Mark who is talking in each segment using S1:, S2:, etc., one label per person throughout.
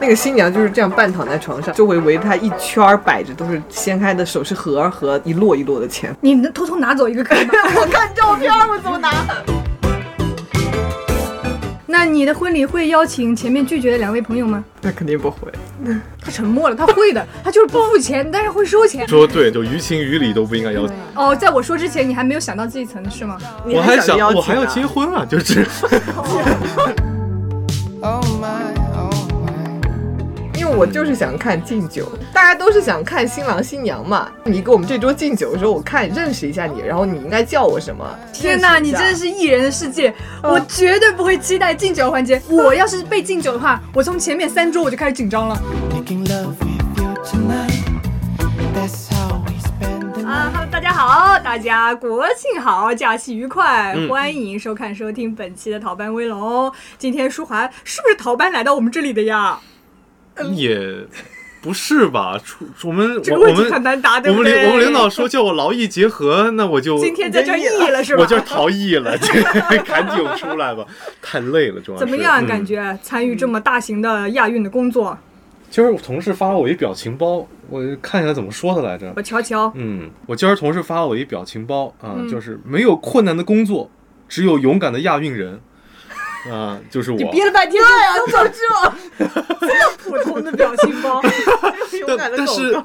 S1: 那个新娘就是这样半躺在床上，周围围着她一圈儿摆着都是掀开的首饰盒儿和一摞一摞的钱。
S2: 你能偷偷拿走一个可以吗？
S1: 我 看照片，我怎么拿？
S2: 那你的婚礼会邀请前面拒绝的两位朋友吗？
S1: 那肯定不会。
S2: 他沉默了，他会的，他就是不付钱，但是会收钱。
S3: 说对，就于情于理都不应该要求。
S2: 哦，在我说之前，你还没有想到这一层是吗？
S1: 你
S3: 我还
S1: 想
S3: 想
S1: 着
S3: 我
S1: 请
S3: 还要
S1: 啊
S3: 结婚啊，就是。
S4: Oh my, oh my.
S1: 因为我就是想看敬酒，大家都是想看新郎新娘嘛。你给我们这桌敬酒的时候，我看认识一下你，然后你应该叫我什么？
S2: 天呐，
S1: 认识
S2: 你
S1: 一下
S2: 真的是嗯艺人的世界！我绝对不会期待敬酒环节。我要是被敬酒的话，我从前面三桌我就开始紧张了。
S4: Making love with you tonight. That's how we spend the
S2: 啊
S4: night.
S2: ，Hello，大家好，大家国庆好，假期愉快，
S3: 嗯
S2: 欢迎收看收听本期的《逃班威龙》。今天舒华是不是逃班来到我们这里的呀？
S3: 也不是吧？出我们
S2: 嗯这个
S3: 我
S2: 问
S3: 我
S2: 题
S3: 们
S2: 很难答，对
S3: 我
S2: 不
S3: 们领
S2: 对？
S3: 我们领导说叫我劳逸结合，那我就
S2: 今天在这儿啊腻了是吧？
S3: 我就是逃逸了， 这赶紧出来吧，太累了，主要是
S2: 怎么样？
S3: 嗯
S2: 感觉参与这么大型的亚运的工作，
S3: 嗯今儿我同事发我一表情包，我看一下怎么说的来着
S2: 我。瞧瞧，
S3: 嗯，我今儿同事发我一表情包啊，
S2: 嗯
S3: 就是没有困难的工作，只有勇敢的亚运人。啊，就是我。
S2: 你憋了半天，对呀，早知道， 这么普通的表情 包，
S1: 勇
S3: 但
S1: 敢的
S3: 但
S1: 狗
S3: 是
S1: 狗，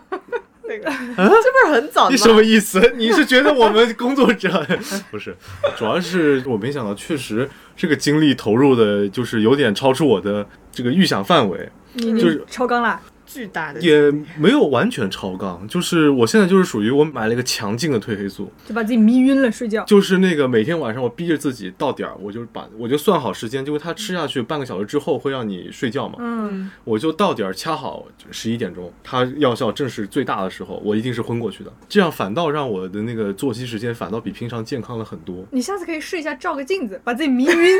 S1: 那个，这不是很早
S3: 你
S1: 吗？
S3: 什么意思？你是觉得我们工作者不是？主要是我没想到，确实这个精力投入的，就是有点超出我的这个预想范围，
S2: 你你
S3: 就是
S2: 超纲了，
S1: 巨大的
S3: 也没有完全超纲。就是我现在就是属于我买了一个强劲的褪黑素，
S2: 就把自己迷晕了，睡觉。
S3: 就是那个每天晚上我逼着自己到点儿，我就把我就算好时间，就是它吃下去半个小时之后会让你睡觉嘛，
S2: 嗯，
S3: 我就到点儿掐好十一点钟，它药效正是最大的时候，我一定是昏过去的。这样反倒让我的那个作息时间反倒比平常健康了很多。
S2: 你下次可以试一下照个镜子，把自己迷晕。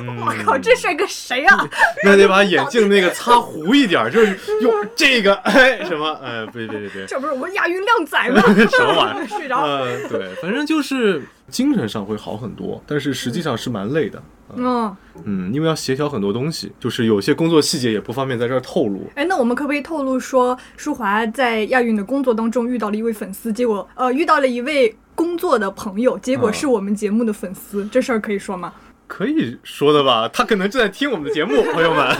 S3: 嗯
S2: 我靠，这事儿跟谁 啊？
S3: 那得把眼镜那个擦糊一点儿，就是用这个 哎什么哎，别 别别别，
S2: 这不是我们亚运靓仔吗？
S3: 什么玩意儿？
S2: 睡着。
S3: 呃，对，反正就是精神上会好很多，但是实际上是蛮累的。
S2: 嗯，
S3: 嗯，因为要协调很多东西，就是有些工作细节也不方便在这儿透露。
S2: 哎，那我们可不可以透露说，舒华在亚运的工作当中遇到了一位粉丝，结果呃遇到了一位工作的朋友，结果
S3: 嗯
S2: 是我们节目的粉丝，这事儿可以说吗？
S3: 可以说的吧，他可能正在听我们的节目，朋友们。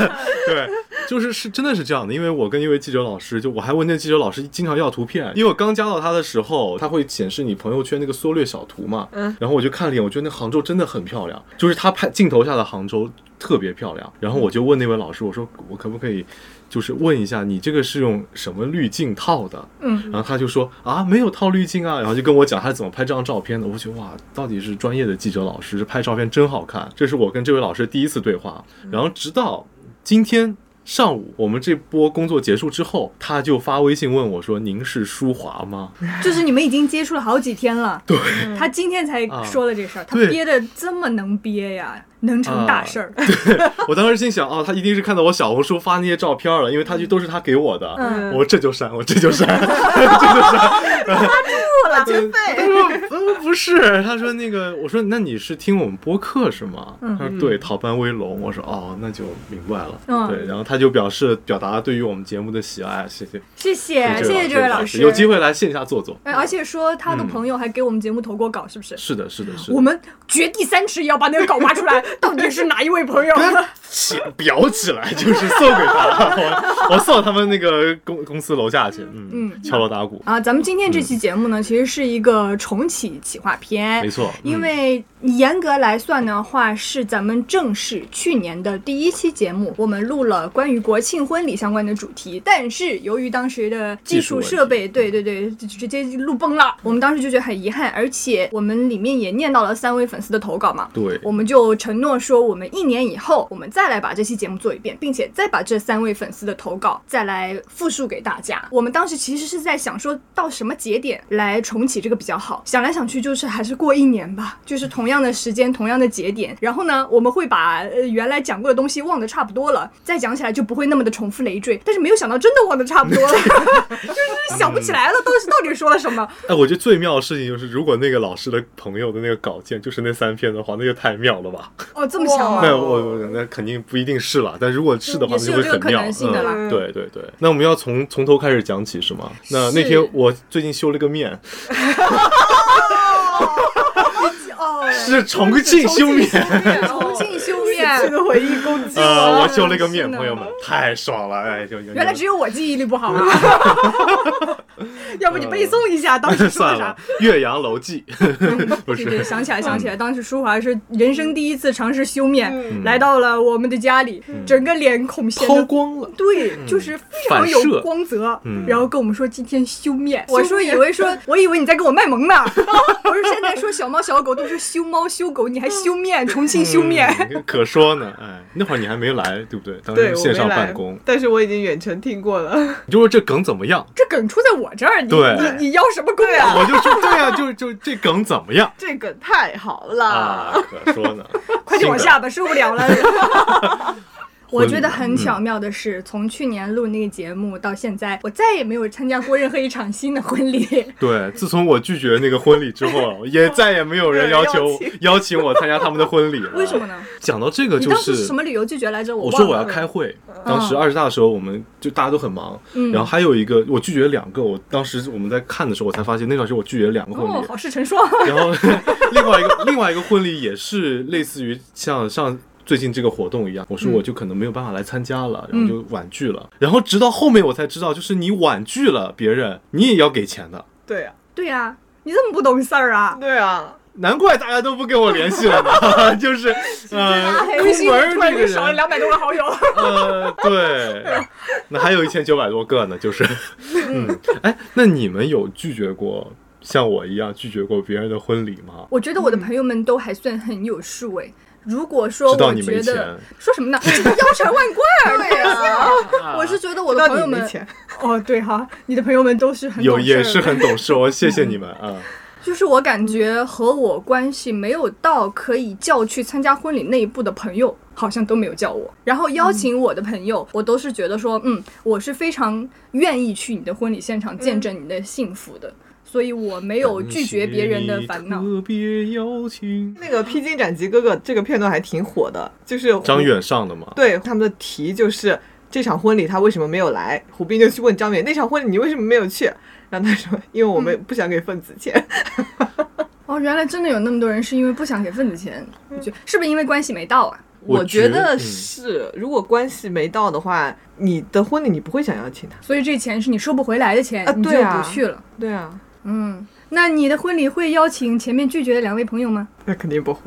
S3: 对，就是是真的是这样的，因为我跟一位记者老师，就我还问那记者老师经常要图片，因为我刚加到他的时候，他会显示你朋友圈那个缩略小图嘛，
S1: 嗯，
S3: 然后我就看了一眼，我觉得那杭州真的很漂亮，就是他拍镜头下的杭州特别漂亮。然后我就问那位老师，我说我可不可以，就是问一下你这个是用什么滤镜套的？
S2: 嗯，
S3: 然后他就说啊，没有套滤镜啊，然后就跟我讲他怎么拍这张照片的。我觉得哇，到底是专业的记者老师，这拍照片真好看。这是我跟这位老师第一次对话，然后直到今天。上午我们这波工作结束之后，他就发微信问我说：“您是舒华吗
S2: 就是你们已经接触了好几天了，对，他今天才
S3: 啊
S2: 说了这事儿，他
S3: 对
S2: 憋的这么能憋呀，能成大事儿，？”
S3: 啊我当时心想啊，他一定是看到我小红书发那些照片了，因为他就都是他给我的。
S2: 嗯
S3: 我这就删，我这就删，
S1: 了经
S3: 他
S1: 费。
S3: 说嗯不是，他说那个，我说那你是听我们播客是吗？他说对，逃班威龙。我说哦，那就明白了。
S2: 嗯
S3: 对，然后他就表示表达对于我们节目的喜爱，谢谢，
S2: 谢谢，谢谢这
S3: 这
S2: 位
S3: 老
S2: 老师，
S3: 有机会来线下坐坐。
S2: 哎，而且说他的朋友还给我们节目投过稿，是不是？
S3: 是的，是的，是的。
S2: 我们掘地三尺也要把那个稿挖出来，到底是哪一位朋友？
S3: 啊起裱起来，就是送给他， 我我送到他们那个公公司楼下去，嗯
S2: 嗯
S3: 敲锣打鼓，
S2: 啊，咱们今天这期节目呢，其实是一个重启企划片，
S3: 没错，
S2: 哎因
S3: 嗯
S2: 为严格来算的话，是咱们正式去年的第一期节目，我们录了关于国庆婚礼相关的主题，但是由于当时的技术设备，对对对，就直接录崩了，我们当时就觉得很遗憾，而且我们里面也念到了三位粉丝的投稿嘛。
S3: 嗯对，
S2: 我们就承诺说，我们一年以后，我们再来把这期节目做一遍，并且再把这三位粉丝的投稿再来复述给大家。我们当时其实是在想，说到什么节点来重启这个比较好。想来想去，就是还是过一年吧，就是同样的时间，同样的节点。然后呢，我们会把、呃、原来讲过的东西忘得差不多了，再讲起来就不会那么的重复累赘。但是没有想到，真的忘得差不多 了，就是想不起来了，当时到底说了什么。
S3: 哎，我觉得最妙的事情就是，如果那个老师的朋友的那个稿件就是那三篇的话，那就太妙了吧？
S2: 哦，这么巧吗？嗯
S1: 哇
S3: 那我我那肯定不一定是了，但如果是的
S2: 也
S3: 话，那
S2: 是
S3: 就
S2: 有
S3: 会
S2: 这个
S3: 很
S2: 可
S3: 妙。
S2: 能性的啦
S3: 嗯，对对对。那我们要从从头开始讲起是吗？那那
S2: 是
S3: 天我最近修了个面，
S2: 哦，
S3: 是重庆修面。
S2: 重庆修
S1: 这
S2: 面，
S1: 个回忆攻击
S3: 呃，我修了个
S2: 是
S3: 面，
S2: 呢
S3: 朋友们，太爽了！哎，就原
S2: 原来只有我记忆力不好啊， 要不你背诵一 下当时说
S3: 嗯算
S2: 的
S3: 了
S2: 啥？，
S3: 《岳阳 楼记》 不
S2: 对对，
S3: 是。嗯
S2: 想起来，想起来，当时舒华是人生第一次尝试修面，
S1: 嗯
S2: 来到了我们的家里，
S3: 嗯
S2: 整个脸孔显
S3: 抛
S2: 得。
S3: 光了，
S2: 对，就是非常
S3: 嗯反射
S2: 有光泽，
S3: 嗯
S2: 然后跟我们说今天修面，我说
S1: 修面
S2: 以为 说，我以为你在跟我卖萌呢， 我说现在说小猫小狗都是修猫修狗，你还修面，重庆修面，
S3: 嗯可说呢。哎，那会儿你还没来，对不对？当
S1: 对
S3: 时
S1: 我
S3: 线
S1: 没
S3: 上
S1: 来
S3: 办公，，
S1: 但是我已经远程听过了。
S3: 你就说这梗怎么样？
S2: 这梗出在我这儿，你
S3: 对
S2: 你你要什么功啊？
S3: 我就说对啊，就就这梗怎么样
S1: 这个太好了，
S3: 啊？可说呢，
S2: 快点我
S3: 新梗
S2: 下吧，受不了了。 我觉得
S3: 嗯
S2: 很巧妙的是，从去年录那个节目到现在，我再也没有参加过任何一场新的婚礼。
S3: 对，自从我拒绝那个婚礼之后，啊 也再也没有人邀求
S1: 没有人
S3: 邀请我参加他们的婚礼了。
S2: 为什么？呢？
S3: 讲到这个，
S2: 你
S3: 就
S2: 当时是什么理由拒绝来着？
S3: 我
S2: 忘
S3: 说
S2: 了。
S3: 我要开会，当时二十大的时候，我们就大家都很忙，
S2: 嗯
S3: 然后还有一个我拒绝了两个，我当时我们在看的时候，我才发现那段时间我拒绝了两个婚
S2: 哦，
S3: 礼，
S2: 好事成双。
S3: 然后 另外一个另外一个婚礼也是类似于像像。最近这个活动一样，我
S2: 嗯
S3: 说我就可能没有办法来参加了，然后就婉拒了。然后直到后面我才知道，就是你婉拒了别人，你也要给钱的。
S1: 对啊，
S2: 对呀、你怎么不懂事儿
S3: 嗯
S2: 啊？
S1: 对啊，
S3: 难怪大家都不跟我联系了呢， 就是呃，空
S2: 啊微信
S3: 门儿
S2: 突然
S3: 这个
S2: 就少了
S3: 人，
S2: 两百多个好友。
S3: 呃， 对，那还有一千九百多个呢，就是，嗯，哎，那你们有拒绝过像我一样拒绝过别人的婚礼吗？
S2: 我觉得我的朋友们都还算很有数哎。如果说
S3: 知道
S2: 我
S3: 你
S2: 觉
S3: 没
S2: 得
S3: 钱
S2: 说什么呢？ 这个腰缠万贯。对呀，
S1: 啊
S2: 我是觉得我
S1: 我
S2: 的朋友们
S1: 没钱，
S2: 哦，对哈，你的朋友们都是很
S3: 有
S2: 懂事儿
S3: 也是
S2: 的
S3: 很懂 事，我谢谢你们啊，
S2: 就是我感觉和我关系没有到可以叫去参加婚礼那一步的朋友，好像都没有叫我。然后邀请我的朋友，我都是觉得说，嗯，我是非常愿意去你的婚礼现场见证你的幸福的，所以我没有拒绝别人的烦恼
S3: 感。谢你特别邀请
S1: 那个《披荆斩棘》哥哥这个片段还挺火的，就是胡
S3: 张远上的 嘛，
S1: 对他们的题就是这场婚礼他为什么没有来？胡斌就去问张远那场婚礼你为什么没有去？然后他说因为我们不想给份子钱。
S2: 哦，原来真的有那么多人是因为不想给份子钱，我觉得是不是因为关系没到啊？
S3: 我
S1: 觉
S3: 觉
S1: 得
S3: 嗯
S1: 是，如果关系没到的话，你的婚礼你不会想邀请他。
S2: 所以这钱是你收不回来的钱，
S1: 啊
S2: 你就
S1: 对啊
S2: 不去了。
S1: 对啊，
S2: 嗯，那你的婚礼会邀请前面拒绝的两位朋友吗？
S1: 那肯定不会，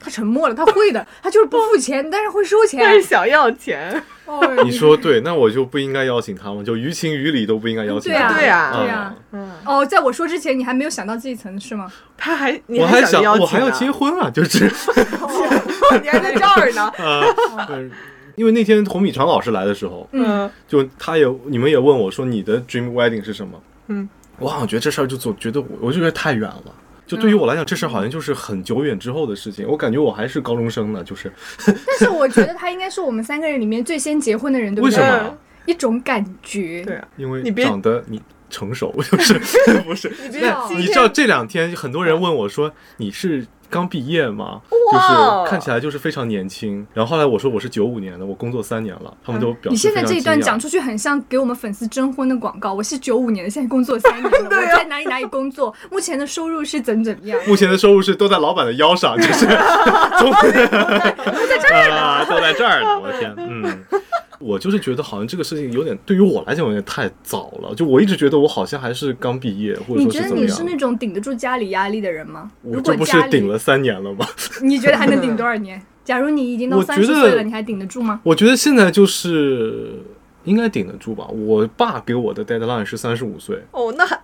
S2: 他沉默了，他会 的，他就是不付钱，但是会收钱。
S1: 但是想要钱。
S2: 哦，
S3: 你说对，那我就不应该邀请他们，就于情于理都不应该邀请
S2: 对
S3: 他
S2: 啊
S3: 们，
S1: 对啊
S2: 对啊
S3: 嗯
S1: 嗯，
S2: 哦，在我说之前，你还没有想到这一层是吗？
S1: 他还你
S3: 我还
S1: 想着
S3: 想
S1: 邀请、啊，
S3: 我还要结婚啊， 就是。
S1: 你还在这儿 呢。
S3: 啊，嗯因为那天洪米长老师来的时候，
S1: 嗯，
S3: 就他也你们也问我说你的 dream wedding 是什么？
S1: 嗯，
S3: 我好像觉得这事儿就总觉得我我就觉得太远
S2: 嗯
S3: 了。就对于我来讲，这事儿好像就是很久远之后的事情。我感觉我还是高中生呢，就是
S2: 但是我觉得他应该是我们三个人里面最先结婚的人，对不
S3: 为
S2: 对？
S3: 什么啊？
S2: 一种感觉。
S1: 对啊，
S3: 因为
S1: 你别
S3: 长得你成熟， 就是不是？
S1: 别
S2: 哦
S3: 那
S1: 今
S3: 你
S1: 天
S3: 知道这两天很多人问我说你是刚毕业吗？就
S1: 哇
S3: 是看起来就是非常年轻。然后后来我说我是九五年的，我工作三年了，他们都表示
S2: 嗯你现在
S3: 非常
S2: 这一段
S3: 惊讶
S2: 讲出去，很像给我们粉丝征婚的广告。我是九五年的，现在工作三年 了，
S3: 啊
S2: 我在哪里哪里工作，目前的收入是怎怎么样？
S3: 目前的收入是都在老板的 腰上，就是中在这儿 啊，都在这儿呢，我的天，嗯。我就是觉得好像这个事情有点，对于我来讲有点太早了。就我一直觉得我好像还是刚毕业，或者
S2: 你
S3: 说
S2: 觉得
S3: 怎么
S2: 你是那
S3: 样。
S2: 种顶得住家里压力的人吗？
S3: 我
S2: 如
S3: 这
S2: 果
S3: 不
S2: 家
S3: 是
S2: 里，
S3: 顶了三年了吗？
S2: 你觉得还能顶多少年？假如你已经到
S3: 我
S2: 三
S3: 觉
S2: 十
S3: 得
S2: 岁了，你还顶得住吗？
S3: 我觉得现在就是应该顶得住吧。我爸给我的 deadline 是三十五岁，
S1: 哦，那还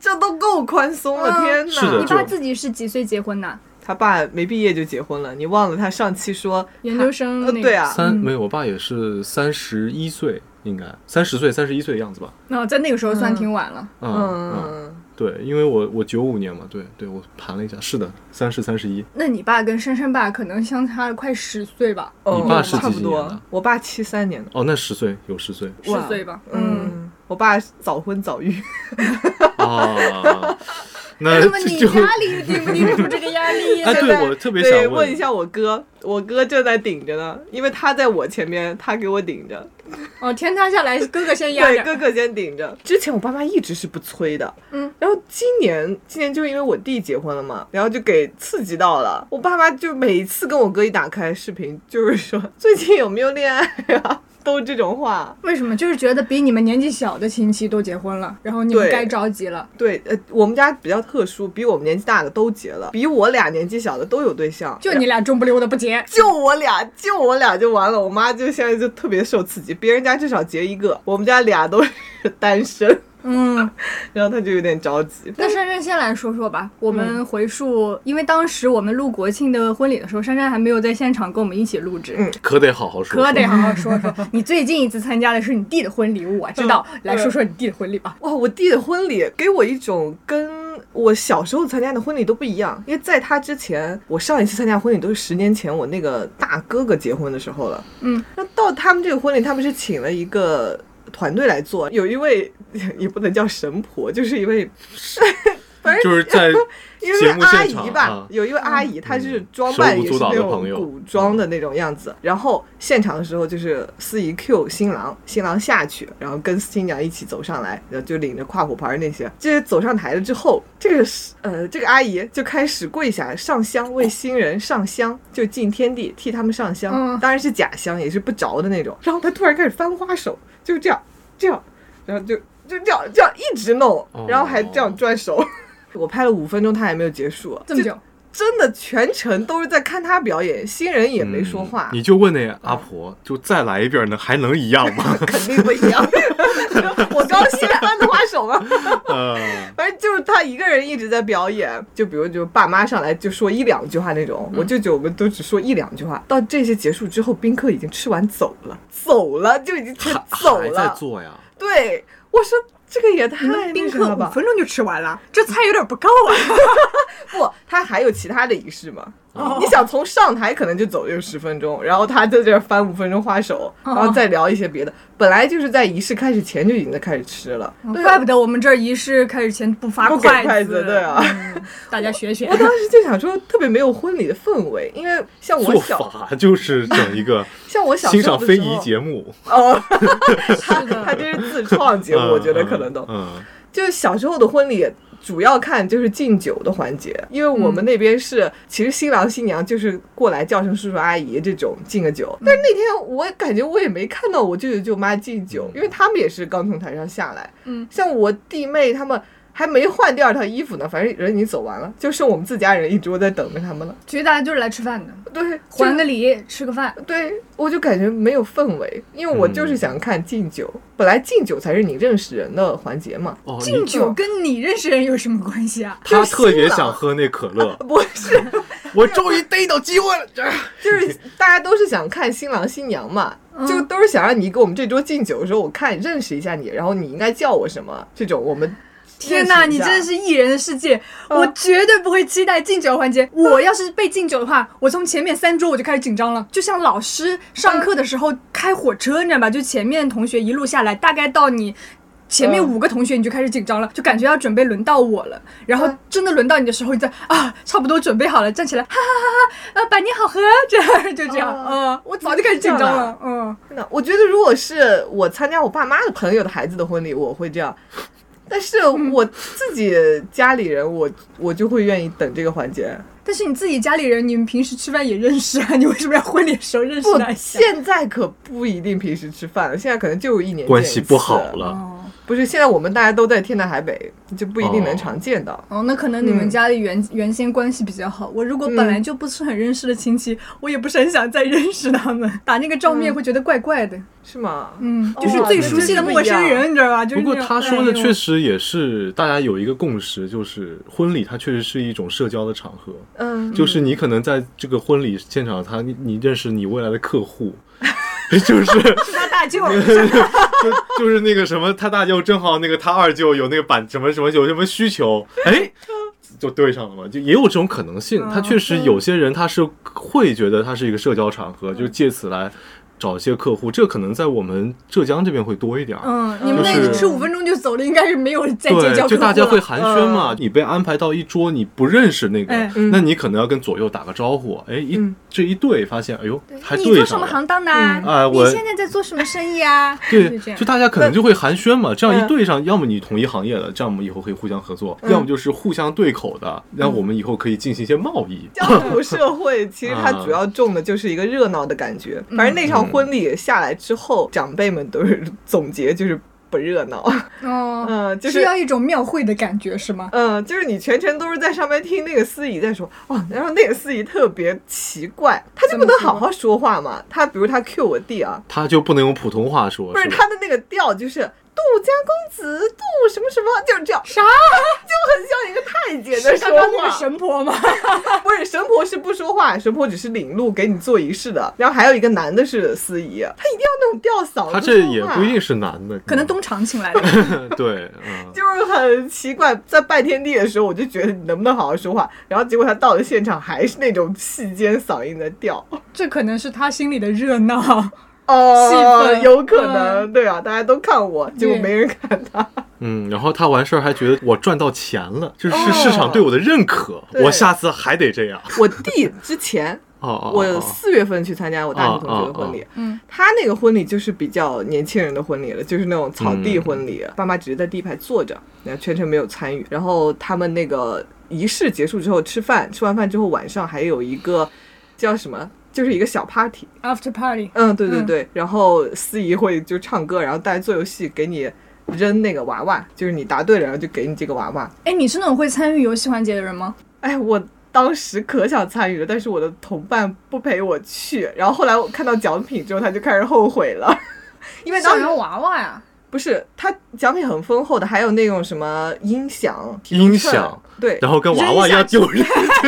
S1: 这都够宽松了，
S2: 嗯
S1: 天哪！
S3: 是的
S2: 你爸
S3: 就
S2: 自己是几岁结婚的？
S1: 他爸没毕业就结婚了，你忘了他上期说
S2: 研究生
S1: 呃
S2: 那个？
S1: 对啊，
S3: 三没有，我爸也是三十一岁，应该三十岁、三十一岁的样子吧。
S2: 那、哦在那个时候算挺晚了。
S3: 嗯嗯，
S1: 嗯，
S3: 对，因为我我九五年嘛，对对，我盘了一下，是的，三十、三十一。
S2: 那你爸跟珊珊爸可能相差了快十岁吧，
S1: 哦
S3: 你爸是
S1: 差
S3: 几
S1: 不
S3: 几年
S1: 多
S3: 的，
S1: 我爸七三年的，
S3: 哦，那十岁有十岁
S2: 十
S1: 哇
S2: 岁吧，嗯。
S1: 嗯，我爸早婚早育，
S3: 啊，那
S2: 哎那么你
S3: 就，
S2: 压力对不？你忍不住这个压力
S3: 哎，对我特别
S1: 啊对，
S3: 想
S1: 问一，下我哥，我哥正在顶着呢，因为他在我前面，他给我顶着。
S2: 哦，天塌下来，哥哥先压
S1: 对，
S2: 着。
S1: 哥哥先顶着。之前我爸妈一直是不催的，
S2: 嗯，
S1: 然后今年，今年就是因为我弟结婚了嘛，然后就给刺激到了。我爸妈就每次跟我哥一打开视频，就是说最近有没有恋爱啊，都这种话。
S2: 为什么？就是觉得比你们年纪小的亲戚都结婚了，然后你们
S1: 对
S2: 该着急了。
S1: 对，呃，我们家比较特殊，比我们年纪大的都结了，比我俩年纪小的都有对象，
S2: 就你俩中不溜的不结，
S1: 就我俩，就我俩就完了。我妈就现在就特别受刺激，别人家至少结一个，我们家俩都是单身，
S2: 嗯，
S1: 然后她就有点着急。
S2: 那珊珊先来说说
S1: 嗯
S2: 吧。我们回溯，因为当时我们录国庆的婚礼的时候，珊珊还没有在现场跟我们一起录制，
S1: 嗯
S3: 可得好好说，
S2: 可得好好说 说。你最近一次参加的是你弟的婚礼，我知道。
S1: 嗯
S2: 来说说你弟的婚礼吧。
S1: 哇，我弟的婚礼给我一种跟我小时候参加的婚礼都不一样，因为在他之前，我上一次参加婚礼都是十年前我那个大哥哥结婚的时候了。
S2: 嗯，
S1: 那到他们这个婚礼，他们是请了一个团队来做，有一位 也不能叫神婆，就是一位反正
S3: 就是在
S1: 因为
S3: 节目
S1: 阿
S3: 现
S1: 姨
S3: 场
S1: 吧，
S3: 啊嗯
S1: 有一位阿姨，她是装
S3: 手
S1: 扮
S3: 舞
S1: 也
S3: 足
S1: 是
S3: 蹈
S1: 那
S3: 的
S1: 种
S3: 朋友
S1: 古装的那种样子。然后现场的时候，就是司仪 Q 新郎，新郎下去，然后跟新娘一起走上来，然后就领着跨虎牌那些。这走上台了之后，这个是呃这个阿姨就开始跪下上香，为新人上香，就敬天地，替他们上香。
S2: 嗯
S1: 当然是假香，也是不着的那种。然后她突然开始翻花手，就这样这样，然后就就这样这样一直弄
S3: 哦，
S1: 然后还这样转手。我拍了五分钟，他还没有结束，
S2: 这么
S1: 就
S2: 久，
S1: 真的全程都是在看他表演，新人也没说话，？
S3: 嗯你就问那阿婆，就再来一遍呢，还能一样吗
S1: 肯定不一样。我高兴翻花手嘛，
S3: 呃，
S1: 反正就是他一个人一直在表演，就比如就爸妈上来就说一两句话那种，
S3: 嗯
S1: 我舅舅我们都只说一两句话。到这些结束之后，宾客已经吃完走了，走了就已经 全
S3: 还
S1: 走
S3: 还在
S1: 了。
S3: 做呀？
S1: 对，我说这个也太
S2: 你们
S1: 那
S2: 宾
S1: 什
S2: 客
S1: 么
S2: 五
S1: 吧。
S2: 分钟就吃完了，这菜有点不够啊。
S1: 不，他还有其他的仪式嘛？
S2: 哦
S1: 你想从上台可能就走就十分钟，然后他在这儿翻五分钟花手，然
S2: 哦
S1: 后再聊一些别的。本来就是在仪式开始前就已经在开始吃了，对啊
S2: 哦怪不得我们这儿仪式开始前不发
S1: 不给筷子，对啊。
S2: 嗯大家学学
S1: 我。当时就想说，特别没有婚礼的氛围，因为像我
S3: 做
S1: 小
S3: 法就是整一个
S1: 像我小
S3: 欣
S1: 时候
S3: 赏
S1: 的
S3: 非
S1: 时
S3: 遗
S1: 候，
S3: 节目，
S1: 哦，
S2: 是
S1: 他
S2: 的，
S1: 这是自创节目，
S3: 嗯
S1: 我觉得可能都
S3: 嗯，
S1: 就是小时候的婚礼，主要看就是敬酒的环节，因为我们那边是、其实新郎新娘就是过来叫声叔叔阿姨这种敬个酒，但是那天我感觉我也没看到我舅舅舅妈敬酒，因为他们也是刚从台上下来，
S2: 嗯，
S1: 像我弟妹他们。还没换第二套衣服呢，反正人已经走完了，就剩我们自家人一桌在等着他们了。
S2: 其实大家就是来吃饭的，
S1: 对，就
S2: 还个礼，吃个饭。
S1: 对，我就感觉没有氛围，因为我就是想看敬酒。本来敬酒才是你认识人的环节嘛，
S3: 哦，
S2: 敬
S3: 你
S2: 酒跟你认识人有什么关系啊？
S3: 他
S1: 就是
S3: 特别
S1: 新郎
S3: 想喝那可 乐，
S1: 不是
S3: 我终于逮到机会了，
S1: 就是大家都是想看新郎新娘嘛，
S2: 嗯
S1: 就都是想让你给我们这桌敬酒的时候，我看认识一下你，然后你应该叫我什么这种，我们
S2: 天
S1: 哪，
S2: 哪，你真是艺人的世界！
S1: 嗯
S2: 我绝对不会期待敬酒环节。我要是被敬酒的话，我从前面三桌我就开始紧张了，就像老师上课的时候开火车，你知道吧？就前面同学一路下来，大概到你。前面
S1: 嗯
S2: 五个同学你就开始紧张了，就感觉要准备轮到我了。然
S1: 嗯
S2: 后真的轮到你的时候，你再啊，差不多准备好了，站起来，哈哈哈哈！呃，百年好合，这样就这样，
S1: 哦
S2: 嗯，我早就开始紧张
S1: 这样
S2: 了
S1: 啊，
S2: 嗯。
S1: 那我觉得如果是我参加我爸妈的朋友的孩子的婚礼，我会这样。但是
S2: 嗯
S1: 我自己家里人，我我就会愿意等这个环 节。
S2: 但是你自己家里人，你们平时吃饭也认识啊，你为什么要婚礼的时候认识
S1: 不
S2: 他，一下？
S1: 现在可不一定平时吃饭了，现在可能就是一年
S3: 关
S1: 见一
S3: 系不
S1: 次
S3: 好。了，
S2: 哦
S1: 不是，现在我们大家都在天南海北，就不一定能常见到。
S2: 哦，那可能你们
S1: 嗯
S2: 家里原、原先关系比较好。我如果本
S3: 嗯
S2: 来就不是很认识的亲戚，我也不是很想再认识他们，打那个照
S3: 嗯
S2: 面会觉得怪怪的。
S1: 是吗？
S2: 嗯，
S1: 哦
S2: 就是最熟悉的陌生人，你知道吧？就是哎
S3: 不过他说
S1: 哎
S3: 的确
S2: 实，
S3: 实也是，大家有一个共识，就是婚礼它确实是一种社交的场合，
S1: 嗯，
S3: 就是你可能在这个婚礼现场，他你你认识你未来的客户， 就是
S2: 是他大舅，
S3: 就就是那个什么，他大舅正好那个他二舅有那个版什么什么有什么需求，哎，就对上了嘛，就也有这种可能性。他确实有些人他是会觉得他是一个社交场合，就借此来找一些客户，这个可能在我们浙江这边会多一点儿。
S2: 嗯，你们
S3: 就
S2: 那个
S3: 是
S2: 吃五分钟就走了，应该是没有再结交
S3: 对，
S2: 客户
S3: 就大家
S2: 了
S3: 会寒暄嘛，你被安排到一桌，你不认识那个
S2: 哎，
S3: 那你可能要跟左右打个招呼。哎，一
S1: 嗯
S3: 这一对发现，哎呦，还
S2: 你做
S3: 对
S2: 什
S3: 上
S2: 么
S3: 了。
S2: 行当的啊？
S3: 嗯哎
S2: 你
S3: 我
S2: 现在在做什么生意啊？
S3: 对
S2: 这，样
S3: 就。大家可能就会寒暄嘛，这
S1: 嗯
S3: 样一对上，要么你同一行业的，这样我们以后可以互相合作；要么就是互相对口的，那我们以后可以进行一些贸易。
S1: 江湖社会其实它主要重的就是一个热闹的感觉。反正那
S2: 嗯
S1: 场婚礼下来之后，长辈们都是 总结就是不热闹，
S2: 哦，
S1: 嗯就是
S2: 是要一种庙会的感觉是吗？
S1: 嗯，就是你全程都是在上面听那个司仪在说，哦，然后那个司仪特别奇怪，他就不能好好说话嘛？他比如他 Q 我弟啊，
S3: 他就不能用普通话说，
S1: 不是
S3: 吧
S1: 他的那个调就是杜家公子杜什么什么，就是这样，
S2: 啥？
S1: 就很像一个太监在
S2: 刚
S1: 说
S2: 刚那个
S1: 话。
S2: 神婆吗？
S1: 不是神婆是不说话，神婆只是领路给你做仪式的。然后还有一个男的是司仪，他一定要那种吊嗓子说话，
S3: 他这也不一定是男的，
S2: 可能东厂请来的。
S3: 对，嗯，
S1: 就是很奇怪。在拜天地的时候，我就觉得你能不能好好说话，然后结果他到了现场还是那种细尖嗓音的调。
S2: 这可能是他心里的热闹。 气
S1: 哦
S2: 氛，
S1: 有可能，
S2: 嗯
S1: 对啊，大家都看我，结果
S2: 对
S1: 没人看他。
S3: 嗯，然后他完事儿还觉得我赚到钱了，就是
S1: 哦
S3: 市场对我的认可，
S1: 对
S3: 我下次还得这样。
S1: 我弟之前，
S3: 哦哦，
S1: 我
S3: 哦
S1: 四月份去参加我大学同学的婚礼，
S3: 哦
S2: 嗯，
S1: 他那个婚礼就是比较年轻人的婚礼了，就是那种草
S3: 嗯
S1: 地婚礼，爸妈只是在第一排坐着，然后全程没有参与。然后他们那个仪式结束之后吃饭，吃完饭之后晚上还有一个叫什么，就是一个小 party。
S2: After party，
S1: 嗯，对对
S2: 嗯
S1: 对。然后司仪会就唱歌，然后大家做游戏，给你扔那个娃娃，就是你答对了，然后就给你这个娃娃。
S2: 哎，你是那种会参与游戏环节的人吗？
S1: 哎，我当时可想参与了，但是我的同伴不陪我去。然后后来我看到奖品之后，他就开始后悔了， 因为当
S2: 想
S1: 时
S2: 要娃娃呀、
S1: 不是他奖品很丰厚的，还有那种什么音响、
S3: 音响，
S1: 对，
S3: 然后跟娃娃一样
S2: 扔下去
S3: 丢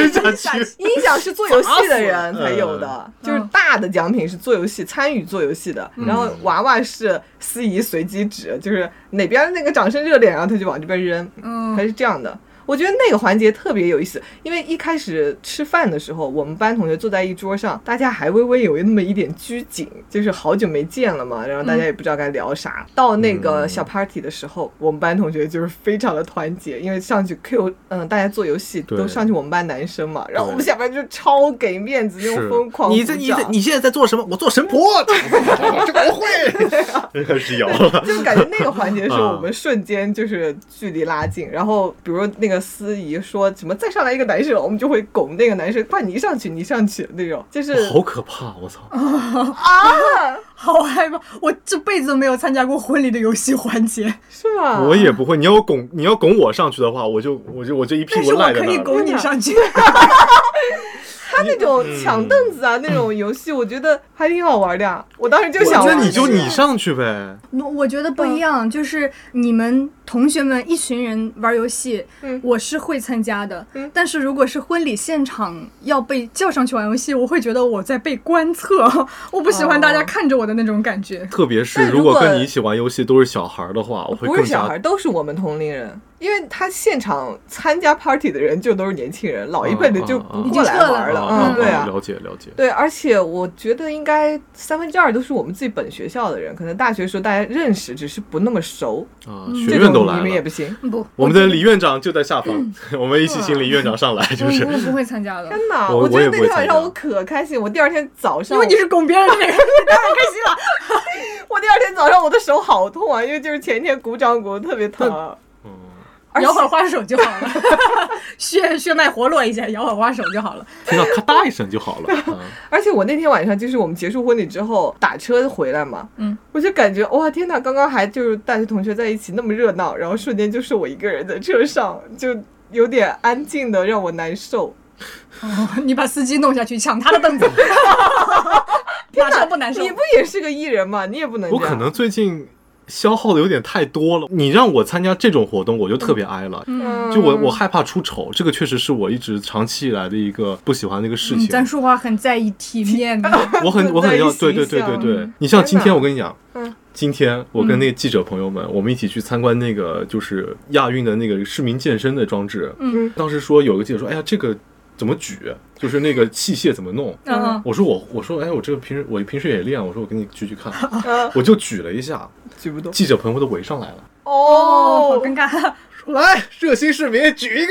S3: 人扔下去。
S1: 音响是做游戏的人
S3: 砸死嗯
S1: 才有的，
S2: 嗯
S1: 就是大的奖品是做游戏、参与做游戏的，
S3: 嗯
S1: 然后娃娃是司仪随机指，就是哪边那个掌声热烈，然后他就往这边扔，
S2: 嗯
S1: 还是这样的。我觉得那个环节特别有意思，因为一开始吃饭的时候，我们班同学坐在一桌上，大家还微微有那么一点拘谨，就是好久没见了嘛，然后大家也不知道该聊啥。到那个小 party 的时候，我们班同学就是非常的团结，因为上去 Q，嗯、大家做游戏都
S3: 对
S1: 上去我们班男生嘛，然后我们下班就超给面子，那种疯狂鼓掌
S3: 现在在做什么？我做神婆，这个 我会，开始摇 了。
S1: 就感觉那个环节是
S3: 啊
S1: 我们瞬间就是距离拉近，然后比如那个司仪说什么再上来一个男生，我们就会拱那个男生，快你上去，你上去那 种，就是
S3: 好可怕！我操，
S1: 啊
S2: 好害怕！我这辈子都没有参加过婚礼的游戏环节，
S1: 是吧？
S3: 我也不会。你要拱，你要拱我上去的话，我就我就我就一 屁
S2: 但
S3: 股
S2: 是我
S3: 赖在
S2: 可
S3: 那
S2: 以
S3: 儿了。
S2: 拱你上去。
S1: 他那种抢凳子啊、那种游戏，我觉得还挺好玩的呀。我当时就想
S3: 那
S1: 玩，
S3: 你就你上去呗。
S2: 我我觉得不一样，就是你们同学们一群人玩游戏，
S1: 嗯
S2: 我是会参加的。
S1: 嗯
S2: 但是如果是婚礼现场要被叫上去玩游戏，我会觉得我在被观测， 我不喜欢大家
S1: 哦
S2: 看着我的那种感觉。
S3: 特别
S1: 但
S3: 是
S1: 如果
S3: 果跟你一起玩游戏都是小孩儿的话，我会
S1: 不
S3: 更
S1: 是小
S3: 加
S1: 孩，都是我们同龄人，因为他现场参加 party 的人就都是年轻人，老一辈的就
S3: 哦
S1: 不过来玩
S2: 了
S1: 了。
S3: 啊
S1: 嗯，对啊。
S3: 了解了解。
S1: 对，而且我觉得应该三分之二都是我们自己本学校的人，可能大学时候大家认识，只是不那么熟。
S3: 啊，
S2: 嗯
S3: 学
S1: 这
S3: 院
S1: 种
S3: 都来
S1: 你们也
S3: 了
S1: 不，行。
S2: 不，
S3: 我们的李院长就在下 方，我们一起请李院长上来，就是
S1: 嗯
S2: 我我不会参加的，
S1: 天哪！
S3: 我
S1: 觉
S3: 我也
S1: 得
S3: 不
S1: 那
S3: 会
S1: 天晚
S3: 参
S1: 上
S3: 加
S1: 我可开心，我第二天早上，
S2: 因为你是拱别人的那个。
S1: 我第二天早上我的手好痛啊，因为就是前天鼓掌鼓得特别疼。
S3: 嗯
S1: 而且
S2: 摇会儿花手就好了， 血血脉活络一下，摇会儿花手就好了。
S3: 听到咔嗒一声就好了。嗯
S1: 而且我那天晚上就是我们结束婚礼之后打车回来嘛，
S2: 嗯，
S1: 我就感觉哇天哪，刚刚还就是大学同学在一起那么热闹，然后瞬间就是我一个人在车上，就有点安静的让我难受。
S2: 哦，你把司机弄下去，抢他的凳 子，马上不难受
S1: 你。不也是个艺人吗？你也不能这
S3: 我
S1: 样
S3: 可能最近消耗的有点太多了，你让我参加这种活动，我就特别挨了。
S2: 嗯，
S3: 就我，我害怕出丑，这个确实是我一直长期以来的一个不喜欢的一个事
S2: 嗯
S3: 情。
S2: 咱说话很在意体面 的。
S3: 我很我
S1: 在
S3: 很
S1: 意
S3: 要
S1: 形
S3: 对对对对
S1: 象
S3: 对
S2: 嗯，
S3: 你像
S1: 天
S3: 今天
S1: 哪
S3: 我跟你讲
S1: 嗯，
S3: 今天我跟那个记者朋友们，我们一起去参观那个就是亚运的那个市民健身的装置。
S2: 嗯
S1: 嗯
S3: 当时说有个记者说，哎呀，这个怎么举，就是那个器械怎么弄。
S2: 嗯，
S3: 我说我我说哎，我这个平时我平时也练，我说我给你举举看， 我就举了一下，
S1: 举不动。
S3: 记者朋友都围上来了，
S2: 哦，好尴
S3: 哎
S2: 尬，
S3: 说来热心市民举一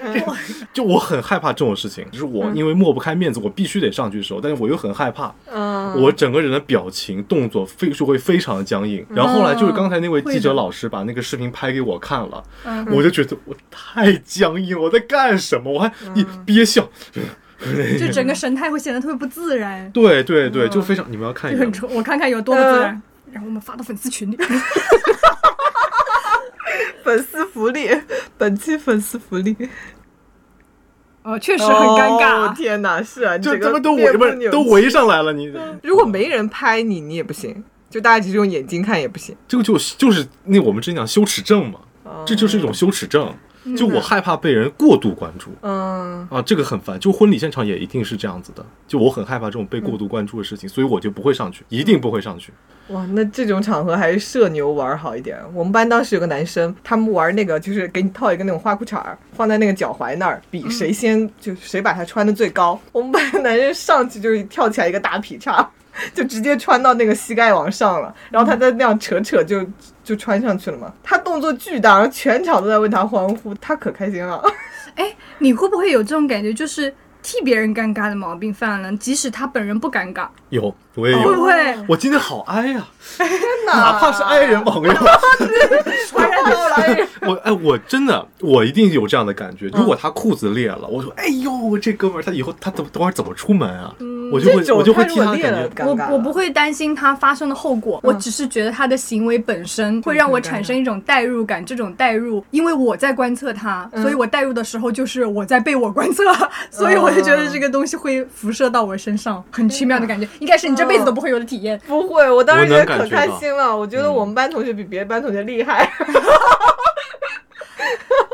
S2: 嗯
S3: 个， 就我很害怕这种事情，就是我因为抹不开面子，我必须得上去的时候，但是我又很害怕，
S1: 嗯，
S3: 我整个人的表情、动作非是会非常僵硬。
S2: 嗯
S3: 然后后来就是刚才那位记者老师把那个视频拍给我看了，
S2: 嗯
S3: 我就觉得我太僵硬了，我在干什么？我还
S2: 嗯
S3: 一憋笑。
S2: 就整个神态会显得特别不自然，
S3: 对对对，就非常你们要看
S2: 嗯就
S3: 一下
S2: 很
S3: 吗，
S2: 冲我看看有多不自然，然后我们发到粉丝群里。
S1: 粉丝福利，本期粉丝福利
S2: 哦，确实很尴
S1: 哦
S2: 尬。
S1: 天哪，是啊，你
S3: 就
S1: 整
S3: 他
S1: 个
S3: 们都
S1: 面
S3: 围
S1: 部
S3: 不是
S1: 扭
S3: 都
S1: 曲
S3: 围上来了，你
S2: 嗯
S1: 如果没人拍你，你也不行，就大家只是用眼睛看也不行。
S3: 这个就就是那我们之前讲羞耻症嘛，
S1: 哦
S3: 这就是一种羞耻症。就我害怕被人过度关注
S1: 嗯，
S3: 啊，这个很烦。就婚礼现场也一定是这样子的，就我很害怕这种被过度关注的事
S1: 嗯
S3: 情，所以我就不会上去，一定不会上去。
S1: 哇，那这种场合还是社牛玩儿好一点。我们班当时有个男生，他们玩那个就是给你套一个那种花裤衩儿，放在那个脚踝那儿，比谁先就谁把它穿的最高。我们班男生上去就是跳起来一个大劈叉，就直接穿到那个膝盖往上了，然后他再那样扯扯就就穿上去了嘛。他动作巨大，然后全场都在为他欢呼，他可开心了。
S2: 哎，你会不会有这种感觉，就是替别人尴尬的毛病犯了，即使他本人不尴尬，
S3: 有，我也
S2: 会
S3: 有。
S2: 不会？
S3: 我今天好哀呀、
S1: 哦 天
S3: 哪怕是爱人朋 友，
S1: 传染到了，
S3: 我哎，我真的，我一定有这样的感觉。如
S1: 嗯
S3: 果他裤子裂了，我说，哎呦，这哥们儿他以后他怎么等会儿怎么出门啊？我就
S1: 嗯这
S3: 会
S1: 种
S3: 我就会
S1: 他如
S3: 替
S1: 果
S3: 他
S1: 裂了
S3: 感觉，
S1: 尴
S2: 我
S1: 尬
S2: 我不
S1: 了
S2: 会担心他发生的后果，我只是觉得他的行为本身会让我产生一种代入感，这种代入，因为我在观测他，所以我代入的时候就是我在被我观测， 所以我就觉得这个东西会辐射到我身上，很奇妙的嗯感觉，应该是你这辈子都不会有的体验。
S1: 不会，我当时觉得
S3: 我
S1: 可
S3: 能感觉到嗯
S1: 开心了。我觉得我们班同学比别的班同学厉害，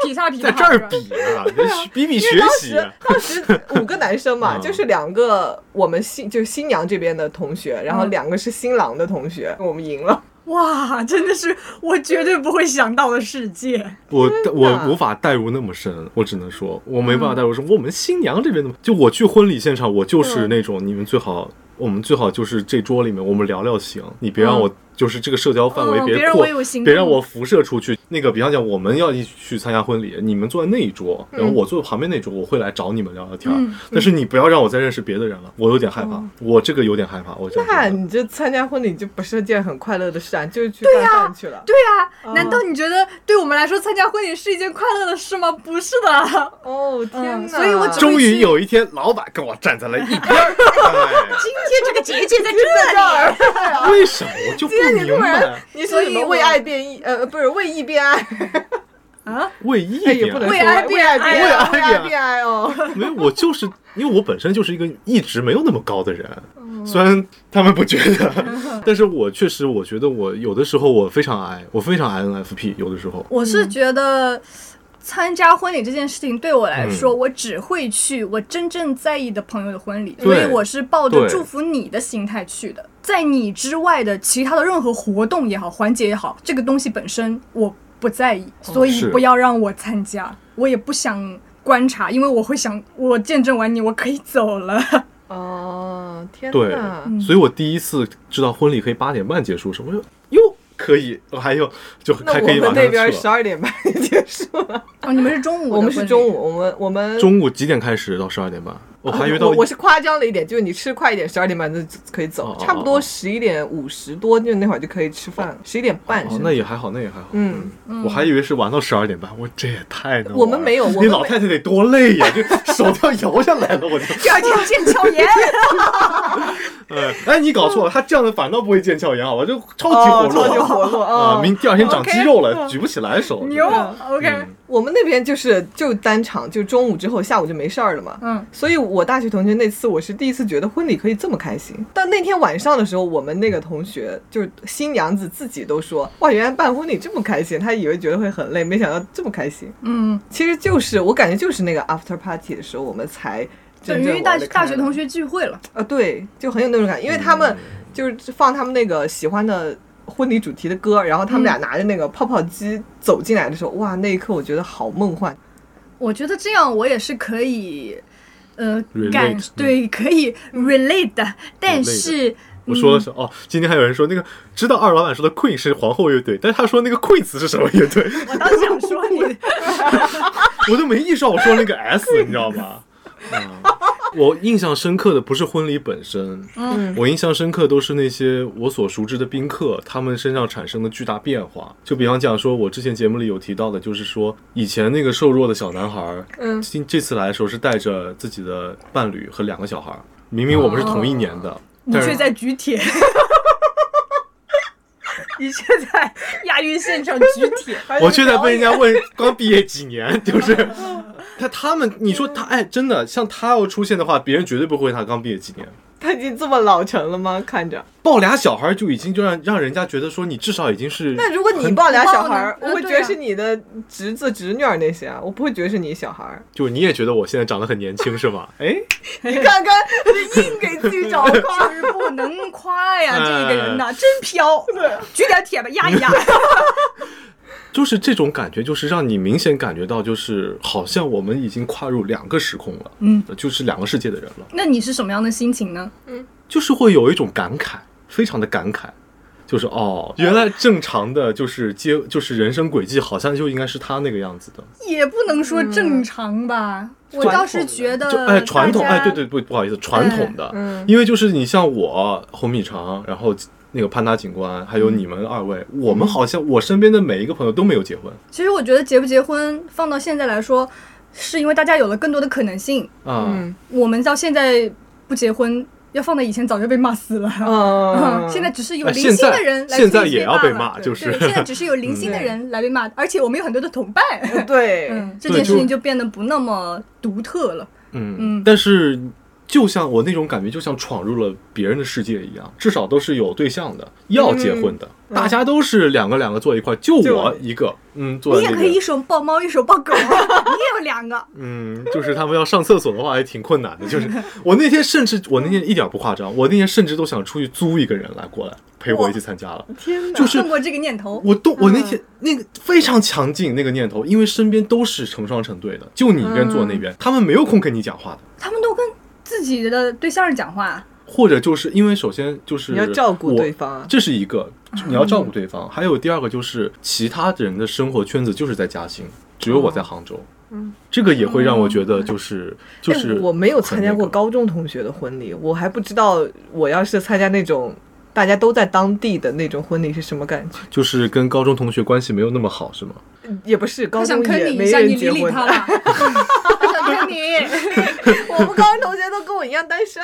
S2: 劈叉劈叉，
S3: 在这儿比 啊，比比学习。啊
S1: 当时五个男生嘛，
S3: 嗯
S1: 就是两个我们新就是新娘这边的同学，然
S2: 嗯
S1: 后两个是新郎的同学，我们赢了。
S2: 哇，真的是我绝对不会想到的世界。
S3: 我
S1: 哪
S3: 我无法代入那么深，我只能说我没
S2: 嗯
S3: 办法代入说我们新娘这边的，就我去婚礼现场，我
S2: 嗯
S3: 就是那种你们最好，我们最好就是这桌里面我们聊聊行，你别让我。就是这个社交范围
S2: 嗯
S3: 别
S2: 别让
S3: 扩
S2: 我有行，
S3: 别让
S2: 动
S3: 我辐射出去。那个，比方讲，我们要一起去参加婚礼，你们坐在那一桌，然后
S2: 嗯
S3: 我坐旁边那桌，我会来找你们聊聊天儿。但是你不要让我再认识别的人了，我有点害怕，
S2: 嗯
S3: 我这个有点害怕。我真的
S1: 那
S3: 觉得
S1: 你这参加婚礼就不是件很快乐的事啊，就是去干饭去了。
S2: 对啊，难道你觉得对我们来说参加婚礼是一件快乐的事吗？不是的。
S1: 哦天哪！
S2: 嗯所以我只
S3: 终于有一天，老板跟我站在了一 边儿。哎
S2: 今天这个结界在这
S1: 在这儿，
S2: 啊
S3: 为什么我就不明白？
S1: 你说你们为爱变义，呃，不是为义变爱，
S2: 啊，
S3: 为一
S1: 哎也
S3: 点
S1: 不能
S2: 为
S1: 说
S2: 爱
S1: 为
S2: 变
S1: 爱
S2: 爱
S1: 变
S3: 啊
S1: 为
S3: 为爱
S1: 爱
S3: 变
S1: 变爱 哦。
S3: 没有，我就是因为我本身就是一个一直没有那么高的人，
S1: 嗯
S3: 虽然他们不觉得，但是我确实我觉得我有的时候我非常爱，我非常 INFP，有的时候
S2: 我是觉得。参加婚礼这件事情对我来说，
S3: 嗯
S2: 我只会去我真正在意的朋友的婚礼，
S3: 对
S2: 所以我是抱着
S3: 对
S2: 祝福你的心态去的。在你之外的其他的任何活动也好，环节也好，这个东西本身我不在意，所以
S3: 哦是
S2: 不要让我参加，我也不想观察，因为我会想，我见证完你，我可以走了。
S1: 哦天
S3: 对
S1: 哪！，
S3: 所以我第一次知道婚礼可以八点半结束的时候，我说哟可以，我还有就
S1: 那
S3: 还
S1: 我
S3: 可以
S1: 们
S3: 马
S1: 那
S3: 上去
S1: 边十
S3: 了。
S1: 二点半 就结束了，
S2: 哦，你们是中午的
S1: 我们是
S2: 婚礼
S1: 中午，我们我们
S3: 中午几点开始到十二点半？我还以为到
S1: 哦我我是夸张了一点，就是你吃快一点，十二点半就可以走
S3: 哦，哦
S1: 差不多
S3: 哦
S1: 十一点五十多就那会儿就可以吃饭了，十一点半
S3: 哦
S1: 是，吗
S3: 那也还好，那也还好。
S1: 嗯，
S3: 我还以为是玩到十二点半，我这也太能玩了。
S1: 我们没有我们
S3: 你老
S1: 没
S3: 太太得多累呀，就手都要摇下来了，我就。
S2: 第二天见乔 岩，
S3: 哎哎，你搞错了，他这样的反倒不会见鞘炎，好吧？就超级
S1: 哦
S3: 活
S1: 超级
S3: 络
S1: 活络
S3: 啊！
S1: 啊！
S3: 明第二天长
S1: OK，哦
S3: 肌肉了，举不起来手。
S2: 牛
S1: 嗯
S2: ，OK，
S1: 我们那边就是就单场，就中午之后下午就没事儿了嘛。
S2: 嗯，
S1: 所以我大学同学那次，我是第一次觉得婚礼可以这么开心。但那天晚上的时候，我们那个同学就是新娘子自己都说，哇，原来办婚礼这么开心，她以为觉得会很累，没想到这么开心。
S2: 嗯。
S1: 其实就是我感觉就是那个 after party 的时候，我们才
S2: 等
S1: 真正
S2: 于大
S1: 玩得开
S2: 大学同
S1: 来
S2: 学聚会了，
S1: 啊，对，就很有那种感觉，因为他们就是放他们那个喜欢的婚礼主题的歌，然后他们俩拿着那个泡泡机走进来的时候，哇，那一刻我觉得好梦幻。
S2: 我觉得这样我也是可以呃
S3: Relate，
S2: 感
S3: 嗯
S2: 对可以 relate 的，但是
S3: 我说了是哦，今天还有人说那个知道二老板说的 Queen 是皇后乐队，但是他说那个 Queens 是什么乐队，
S2: 我倒想说你
S3: 我都没意识到我说那个 S，你知道吗？啊，我印象深刻的不是婚礼本身，
S1: 嗯
S3: 我印象深刻都是那些我所熟知的宾客，他们身上产生的巨大变化。就比方讲说，我之前节目里有提到的，就是说以前那个瘦弱的小男孩儿，
S1: 嗯
S3: 今这次来的时候是带着自己的伴侣和两个小孩儿，明明我们是同一年的，
S2: 哦你
S3: 但是
S2: 却在举铁， 你却在亚运现场举铁，
S3: 我却在被人家问刚毕业几年， 就是 他他们，你说他哎，真的像他要出现的话，别人绝对不会问他刚毕业几年。
S1: 他已经这么老成了吗？看着，
S3: 抱俩小孩就已经就让让人家觉得说你至少已经是
S1: 那如果你抱俩小孩儿，
S2: 很
S1: 我会觉得是你的侄子侄女儿那些啊，我不会觉得是你小孩儿。
S3: 就你也觉得我现在长得很年轻是吗？哎，
S1: 你看看，
S2: 硬给自己找夸，就是不能夸呀，
S3: 哎
S2: 这个人呐，真飘，举点铁吧，压 一压。
S3: 就是这种感觉，就是让你明显感觉到，就是好像我们已经跨入两个时空了，
S2: 嗯，
S3: 就是两个世界的人了，
S2: 那你是什么样的心情呢？
S3: 就是会有一种感慨，非常的感慨。就是哦，原来正常的就是接就是人生轨迹，好像就应该是他那个样子的。
S2: 也不能说正常吧，我
S3: 传
S2: 倒
S3: 统
S2: 是觉得
S3: 就哎，
S2: 呃大
S3: 传统
S2: 家
S3: 哎，对对不不好意思，传统的，
S1: 嗯
S3: 因为就是你像我红米肠，然后那个潘达警官，还有
S2: 嗯
S3: 你们二位，我们好像我身边的每一个朋友都没有结婚
S2: 其实我觉得结不结婚放到现在来说，是因为大家有了更多的可能性。
S3: 啊，
S1: 嗯
S2: 我们到现在不结婚，要放在以前早就被骂死了。
S1: 嗯，
S2: 现在只是有
S3: 哎
S2: 零星的人来
S3: 现在现在也要
S2: 被
S3: 被骂
S2: 了
S3: 就是
S2: 对，现在只是有零星的人来被骂，而且我们有很多的同伴，
S1: 对，
S2: 嗯，这
S3: 对
S2: 件事
S3: 就
S2: 情就变得不那么独特了。嗯
S3: 嗯，但是就像我那种感觉，就像闯入了别人的世界一样，至少都是有对象的，要结婚的，
S2: 嗯
S3: 大家都是两个两个坐一块，就
S1: 就
S3: 我一个，嗯，坐
S2: 你
S3: 在
S2: 也
S3: 那
S2: 可以一
S3: 边，
S2: 手抱猫，一手抱狗，啊 你也有两个。
S3: 嗯，就是他们要上厕所的话也挺困难的，就是我那天甚至我那天一点不夸张，我那天甚至都想出去租一个人来过来陪我一起参加了，
S1: 天哪，
S3: 就是
S2: 通过这个念头，
S3: 我都我
S1: 嗯
S3: 那天、那个非常强劲那个念头，因为身边都是成双成对的，就你一个人
S1: 嗯
S3: 坐那边，他们没有空跟你讲话的。
S2: 他们都跟自己的对象讲话，
S3: 或者就是因为首先就是
S1: 你要照顾
S3: 我
S1: 对方啊
S3: 这是一个你要照顾对方，还有第二个就是其他人的生活圈子就是在嘉兴，只有我在杭州，
S1: 嗯，
S3: 这个也会让我觉得就是就
S1: 哎
S3: 是
S1: 我没有参加过
S3: 很那个，
S1: 高中同学的婚礼，我还不知道我要是参加那种大家都在当地的那种婚礼是什么感觉。
S3: 就是跟高中同学关系没有那么好是吗？
S1: 也不是
S2: 他
S1: 高
S2: 想
S1: 中
S2: 坑
S1: 也
S2: 你
S1: 没
S2: 一下，
S1: 人
S2: 你
S1: 结
S2: 理理
S1: 婚
S2: 他
S1: 的，
S2: 了，他想 坑你。
S1: 我们高中同学都跟我一样单 身。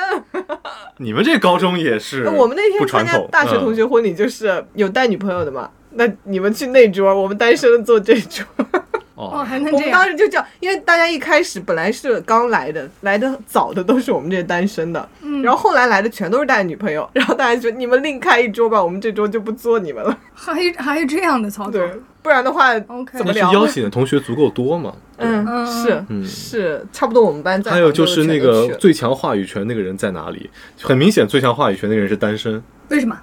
S3: 你们这高中也是，
S1: 呃我们那天
S3: 不
S1: 参
S3: 传
S1: 加
S3: 统嗯
S1: 大学同学婚礼，就是有带女朋友的嘛。那你们去那桌，我们单身的 坐这桌。
S3: 嗯哦
S2: 哦，还能
S1: 我
S2: 这
S1: 们
S2: 样
S1: 当？时就这样，因为大家一开始本来是刚来的，来的早的都是我们这些单身的，
S2: 嗯
S1: 然后后来来的全都是带女朋友，然后大家说你们另开一桌吧，我们这桌就不坐你们了，
S2: 还有还有这样的操作
S1: 对，不然的话
S2: ？OK，
S1: 怎么
S3: 但是
S1: 聊
S3: 邀请的同学足够多嘛？对
S1: 嗯，
S2: 嗯
S1: 是
S3: 嗯
S1: 是，差不多我们班在
S3: 还有就是
S1: 杭州
S3: 那
S1: 的全都去
S3: 个
S1: 了
S3: 最强话语权那个人在哪里？很明显，最强话语权那个人是 单身。
S2: 为什么？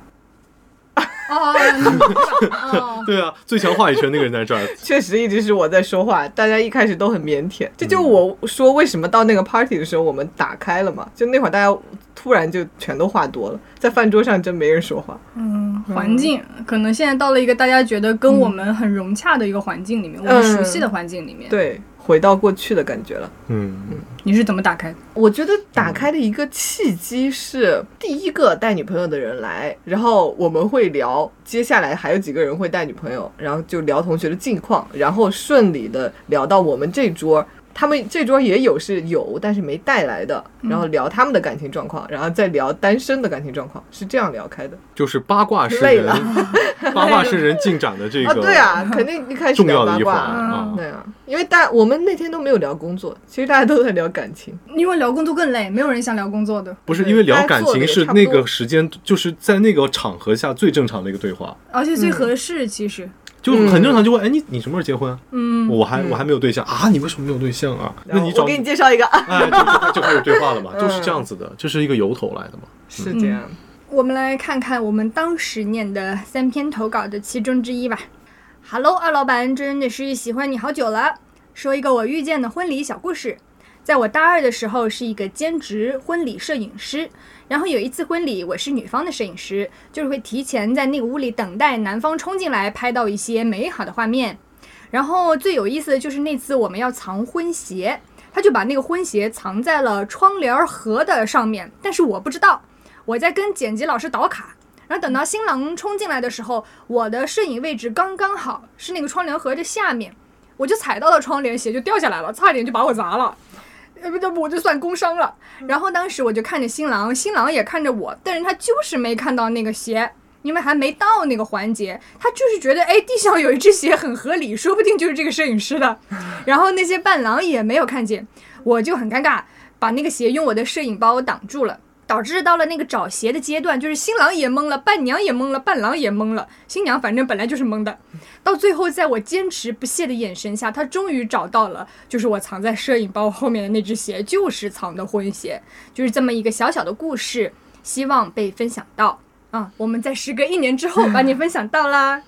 S2: 哦，你哦，
S3: 对啊，最强话语权那个人在这儿，
S1: 确实一直是我在说话，大家一开始都很腼腆。这就是
S3: 嗯
S1: 我说为什么到那个 party 的时候我们打开了嘛，就那会儿大家突然就全都话多了，在饭桌上真没人说话。
S2: 嗯，环境可能现在到了一个大家觉得跟我们很融洽的一个环境里面，我们熟悉的环境里面，
S1: 对，回到过去的感觉了。
S3: 嗯。
S2: 你是怎么打开的？
S1: 我觉得打开的一个契机是第一个带女朋友的人来，然后我们会聊，接下来还有几个人会带女朋友，然后就聊同学的近况，然后顺利的聊到我们这桌。他们这桌也有是有，但是没带来的，
S3: 嗯
S1: 然后聊他们的感情状况，然后再聊单身的感情状况，是这样聊 开的。
S3: 就是八卦是
S1: 累
S3: 人
S1: 了，
S3: 八卦是人进展的这
S1: 啊，
S3: 个
S1: 对啊，肯定一开始
S3: 重
S1: 聊
S3: 要
S1: 八
S3: 的一环
S1: 卦，
S3: 啊
S1: 对。啊，因为大我们那天都没有聊工作，其实大家都在聊感情。
S2: 因为聊工作更累，没有人想聊工作的。
S3: 不是
S1: 对
S3: 因为聊感
S1: 大家做的
S3: 情
S1: 也
S3: 是
S1: 差不
S3: 那
S1: 多
S3: 个时间，就是在那个场合下最正常的一个对话，
S2: 而且最合适，其实，
S3: 就很正常。就问，哎，你你什么时候结婚啊？
S2: 嗯，
S3: 我还
S1: 嗯
S3: 我还没有对象啊？你为什么没有对象啊？那
S1: 然后
S3: 你找
S1: 我给你介绍一个，啊
S3: 哎，就就就开始对话了嘛，就是 这
S1: 嗯
S3: 样子的，这是一个由头来的嘛。
S1: 是这样。
S3: 嗯
S2: 我们来看看我们当时念的三篇投稿的其中之一吧。Hello，二老板，真的是喜欢你好久了。说一个我遇见的婚礼小故事。在我大二的时候是一个兼职婚礼摄影师，然后有一次婚礼我是女方的摄影师，就是会提前在那个屋里等待男方冲进来，拍到一些美好的画面。然后最有意思的就是那次我们要藏婚鞋，他就把那个婚鞋藏在了窗帘盒的上面，但是我不知道，我在跟剪辑老师倒卡。然后等到新郎冲进来的时候，我的摄影位置刚刚好是那个窗帘盒的下面，我就踩到了窗帘，鞋就掉下来了，差点就把我砸了。呃，不，这不我就算工伤了。然后当时我就看着新郎，新郎也看着我，但是他就是没看到那个鞋，因为还没到那个环节，他就是觉得哎，地上有一只鞋很合理，说不定就是这个摄影师的。然后那些伴郎也没有看见，我就很尴尬，把那个鞋用我的摄影包挡住了。导致到了那个找鞋的阶段，就是新郎也懵了，伴娘也懵了，伴郎也懵了，新娘反正本来就是懵的，到最后在我坚持不懈的眼神下，她终于找到了，就是我藏在摄影包后面的那只鞋，就是藏的婚鞋，就是这么一个小小的故事，希望被分享到啊、我们在时隔一年之后把你分享到啦。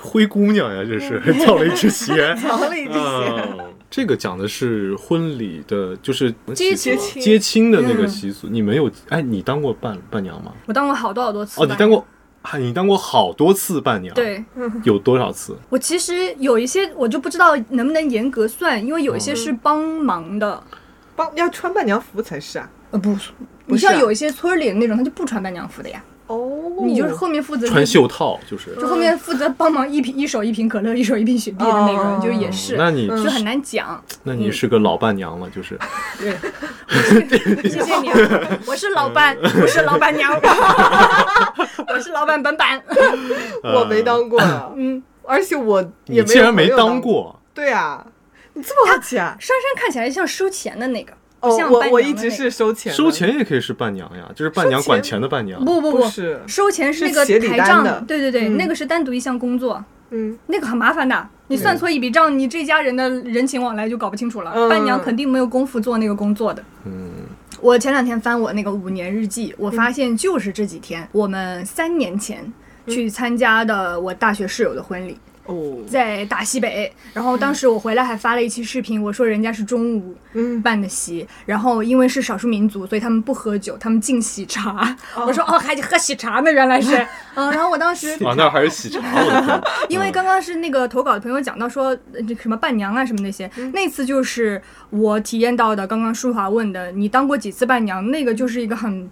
S3: 灰姑娘呀，这是 掉了一 只鞋。
S1: 藏嗯了一只鞋，
S3: 嗯，这个讲的是婚礼的，就是
S2: 接
S3: 习俗
S1: 亲嗯
S3: 接亲的那个习俗。你没有？哎，你当过伴伴娘吗？
S2: 我当过好多好多次
S3: 哦，
S2: 吧
S3: 你当过，啊你当过好多次伴娘。，
S2: 对，
S3: 有多少次？
S2: 我其实有一些我就不知道能不能严格算，因为有一
S1: 嗯
S2: 些是帮忙的，
S1: 帮要穿伴娘服才是啊。
S2: 呃，不，
S1: 不
S2: 你
S1: 是啊
S2: 像有一些村儿里的那种，他就不穿伴娘服的呀，
S1: 哦，
S2: 你就是后面负责
S3: 穿，袖套就是。
S2: 就后面负责帮忙一瓶一手一瓶可乐，一手一瓶雪碧的那个
S1: 哦嗯
S2: 人，就也是，
S3: 那你
S2: 就很难讲。
S3: 那你是个老伴娘了，就是。
S2: 谢谢你，啊，我是老板，
S3: 嗯
S2: 我是老板娘， 我是老板本板。
S1: 我没当过，
S2: 嗯，
S1: 而且我也
S3: 你
S1: 没有
S3: 竟然没
S1: 朋友
S3: 当
S1: 当。
S3: 过，
S1: 对啊，你这么好奇啊？
S2: 珊珊看起来像收钱的那个，
S1: 哦，
S2: 像
S1: 我
S2: 伴
S1: 我
S2: 娘
S1: 一
S2: 的
S1: 直
S2: 那
S1: 是收钱的，
S3: 收钱也可以是伴娘呀，就是伴娘管钱的伴娘。
S2: 不不
S1: 不是
S2: 收钱是那
S1: 是
S2: 个
S1: 写礼
S2: 台
S1: 单
S2: 账
S1: 的
S2: 对对对，
S1: 嗯
S2: 那个是单独一项工作。
S1: 嗯，
S2: 那个很麻烦的，你算错一笔账，你这家人的人情往来就搞不清楚了。
S1: 嗯
S2: 伴娘肯定没有功夫做那个工作的。
S3: 嗯，
S2: 我前两天翻我那个五年日记，我发现就是这几天，我们三年前
S1: 嗯
S2: 去参加的我大学室友的婚礼，
S1: 哦，
S2: 在大西北。然后当时我回来还发了一期视频，我说人家是中午
S1: 嗯
S2: 办的席，然后因为是少数民族，所以他们不喝酒，他们敬喜茶。我说哦，还喝喜茶呢，原来是。嗯，然后我当时
S3: 啊，那还是喜茶，我的天！
S2: 因为刚刚是那个投稿的朋友讲到说，呃这什么伴娘啊什么那些，那次就是我体验到的。刚刚舒华问的，你当过几次伴娘？那个就是一个很，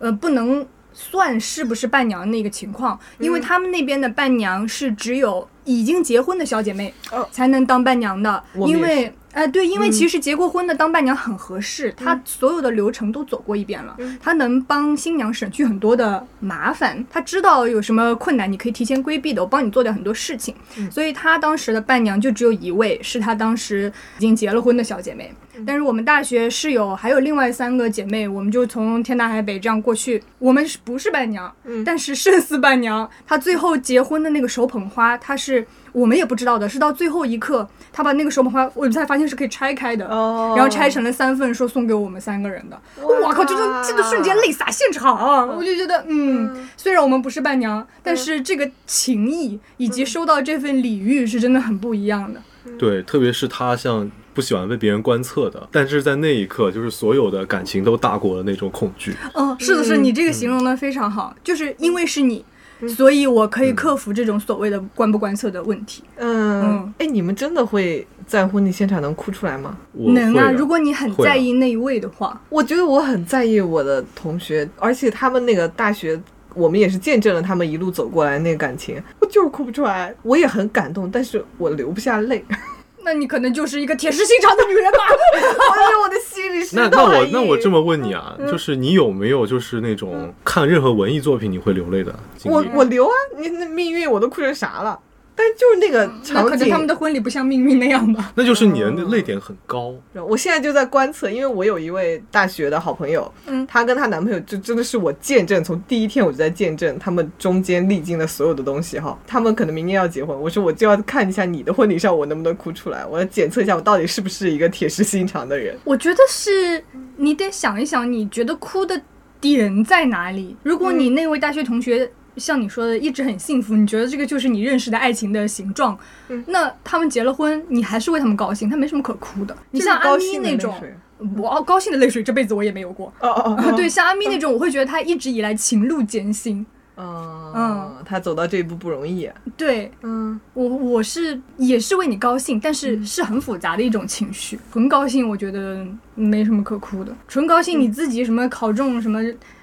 S2: 呃，不能算是不是伴娘那个情况，因为他们那边的伴娘是只有已经结婚的小姐妹
S1: 哦
S2: 才能当伴娘的，
S1: 我们
S2: 因
S1: 也嗯
S2: 为。哎，对，因为其实结过婚的当伴娘很合适，她所有的流程都走过一遍了，
S1: 嗯
S2: 她能帮新娘省去很多的麻烦，她知道有什么困难你可以提前规避的，我帮你做掉很多事情。所以她当时的伴娘就只有一位，是她当时已经结了婚的小姐妹。但是我们大学室友还有另外三个姐妹，我们就从天南海北这样过去。我们是不是伴娘？但是胜似伴娘，她最后结婚的那个手捧花，她是我们也不知道的，是到最后一刻，她把那个手捧花，我才发现是可以拆开的，
S1: 哦
S2: 然后拆成了三份，说送给我们三个人的。我靠，这就这个瞬间泪洒现场，我就觉得，嗯，虽然我们不是伴娘，但是这个情谊以及收到这份礼遇是真的很不一样的。
S3: 嗯对，特别是他像不喜欢被别人观测的，但是在那一刻，就是所有的感情都大过了那种恐惧。
S2: 嗯，嗯是的是，你这个形容的非常好，就是因为是你。所以，我可
S3: 嗯
S2: 以克服这种所谓的观不观测的问题。
S1: 嗯
S2: 嗯，
S1: 哎，你们真的会在婚礼现场能哭出来吗？
S3: 我
S2: 能
S3: 会
S2: 啊，
S3: 啊，
S2: 如果你很
S3: 会啊
S2: 在意那一位的话，
S1: 我觉得我很在意我的同学，而且他们那个大学，我们也是见证了他们一路走过来那个感情，我就是哭不出来，我也很感动，但是我流不下泪，
S2: 那你可能就是一个铁石心肠的女 人吧。
S1: 而哎且我的心里是
S3: 那那我那我这么问你
S2: 嗯
S3: 啊，就是你有没有就是那种看任何文艺作品你会流泪的经
S1: 我
S3: 历？
S1: 我流啊，你那命运我都哭成啥了？但就是那个
S2: 那
S1: 场
S2: 可能
S1: 景，
S2: 他们的婚礼不像命运那样吧。
S3: 那就是你的
S2: 嗯
S3: 泪点很高，
S1: 我现在就在观测，因为我有一位大学的好朋友，
S2: 嗯
S1: 她跟她男朋友就真的是我见证，从第一天我就在见证他们中间历经的所有的东西哈。他们可能明年要结婚，我说我就要看一下你的婚礼上我能不能哭出来，我要检测一下我到底是不是一个铁石心肠的人。
S2: 我觉得是你得想一想，你觉得哭的点在哪里？如
S1: 嗯
S2: 果你那位大学同学。像你说的，一直很幸福，你觉得这个就是你认识的爱情的形状。
S1: 嗯
S2: 那他们结了婚，你还是为他们高兴，他没什么可哭的。你
S1: 就是
S2: 像阿
S1: 高
S2: 咪
S1: 兴的
S2: 那
S1: 泪
S2: 种，
S1: 水嗯
S2: 我高兴的泪水这辈子我也 没有过。
S1: 哦哦哦，
S2: 对，像阿咪那种，我会觉得他一直以来情路艰辛。
S1: 嗯
S2: 嗯
S1: 他走到这一步不容易，
S2: 对
S1: 嗯，
S2: 我，我是也是为你高兴，但是是很复杂的一种情绪。纯高兴，我觉得没什么可哭的。纯高兴，你自己什么考中什么，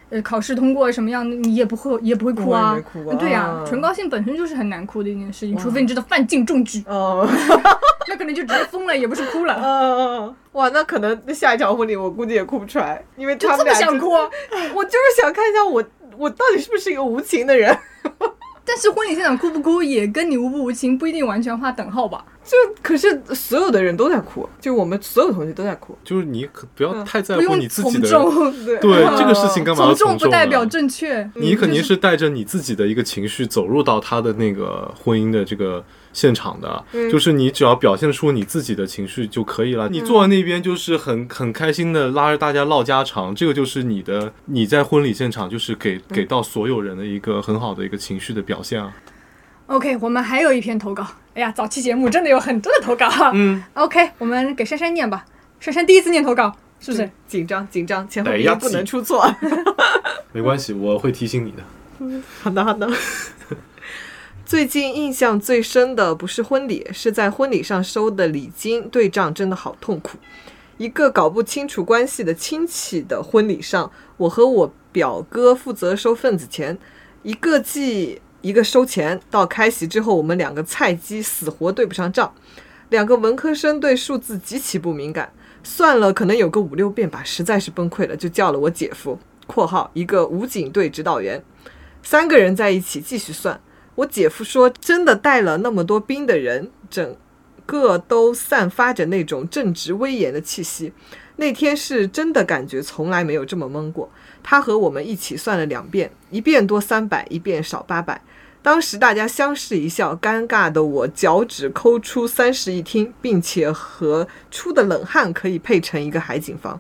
S2: 呃，考试通过什么样，你也不会也不会哭
S1: 我
S2: 啊
S1: 也没。哭过，
S2: 对呀、
S1: 嗯
S2: 纯高兴本身就是很难哭的一件事情，
S1: 哇
S2: 除非你真的范进中举，
S1: 哦，
S2: 那可能就直接疯了，也不是哭了。
S1: 嗯，哇，那可能下一场婚礼我估计也哭不出来，因为
S2: 就
S1: 他
S2: 这
S1: 们
S2: 么
S1: 俩
S2: 想
S1: 真
S2: 哭，
S1: 我就是想看一下我我到底是不是一个无情的人，
S2: 但是婚礼现场哭不哭也跟你无不无情不一定完全画等号吧？
S1: 就可是所有的人都在哭，就我们所有同学都在哭，
S3: 就是你可不要
S1: 嗯
S3: 太在
S2: 不
S3: 乎
S2: 用
S3: 你自己
S2: 从
S3: 的，
S2: 众，
S1: 对
S3: 对
S1: 嗯
S3: 这个事情干嘛要
S2: 从
S3: 从
S2: 众不
S3: 众
S2: 代
S3: 呢
S2: 表正确。
S3: 你肯定
S2: 嗯就是
S3: 带着你自己的一个情绪走入到他的那个婚姻的这个现场的，
S1: 嗯
S3: 就是你只要表现出你自己的情绪就可以了。
S2: 嗯
S3: 你坐在那边就是很很开心的拉着大家唠家常，这个就是你的你在婚礼现场就是
S2: 嗯
S3: 给给到所有人的一个很好的一个情绪的表现啊。
S2: OK，我们还有一篇投稿。哎呀，早期节目真的有很多的投稿。啊
S3: 嗯，
S2: OK，我们给珊珊念吧。珊珊第一次念投稿，是不是？
S1: 紧张紧张，前后
S3: 哎
S1: 鼻
S3: 呀
S1: 音不
S3: 自己
S1: 能出错。
S3: 没关系，我会提醒你的。
S1: 好的，好的。最近印象最深的不是婚礼，是在婚礼上收的礼金对账，真的好痛苦。一个搞不清楚关系的亲戚的婚礼上，我和我表哥负责收份子钱，一个记一个收钱。到开席之后，我们两个菜鸡死活对不上账，两个文科生对数字极其不敏感，算了，可能有个五六遍吧，实在是崩溃了，就叫了我姐夫（括号一个武警队指导员）。三个人在一起继续算。我姐夫说，真的带了那么多兵的人，整个都散发着那种正直威严的气息。那天是真的感觉从来没有这么懵过。他和我们一起算了两遍，一遍多三百，一遍少八百。当时大家相视一笑，尴尬的我脚趾抠出三室一厅，并且和出的冷汗可以配成一个海景房。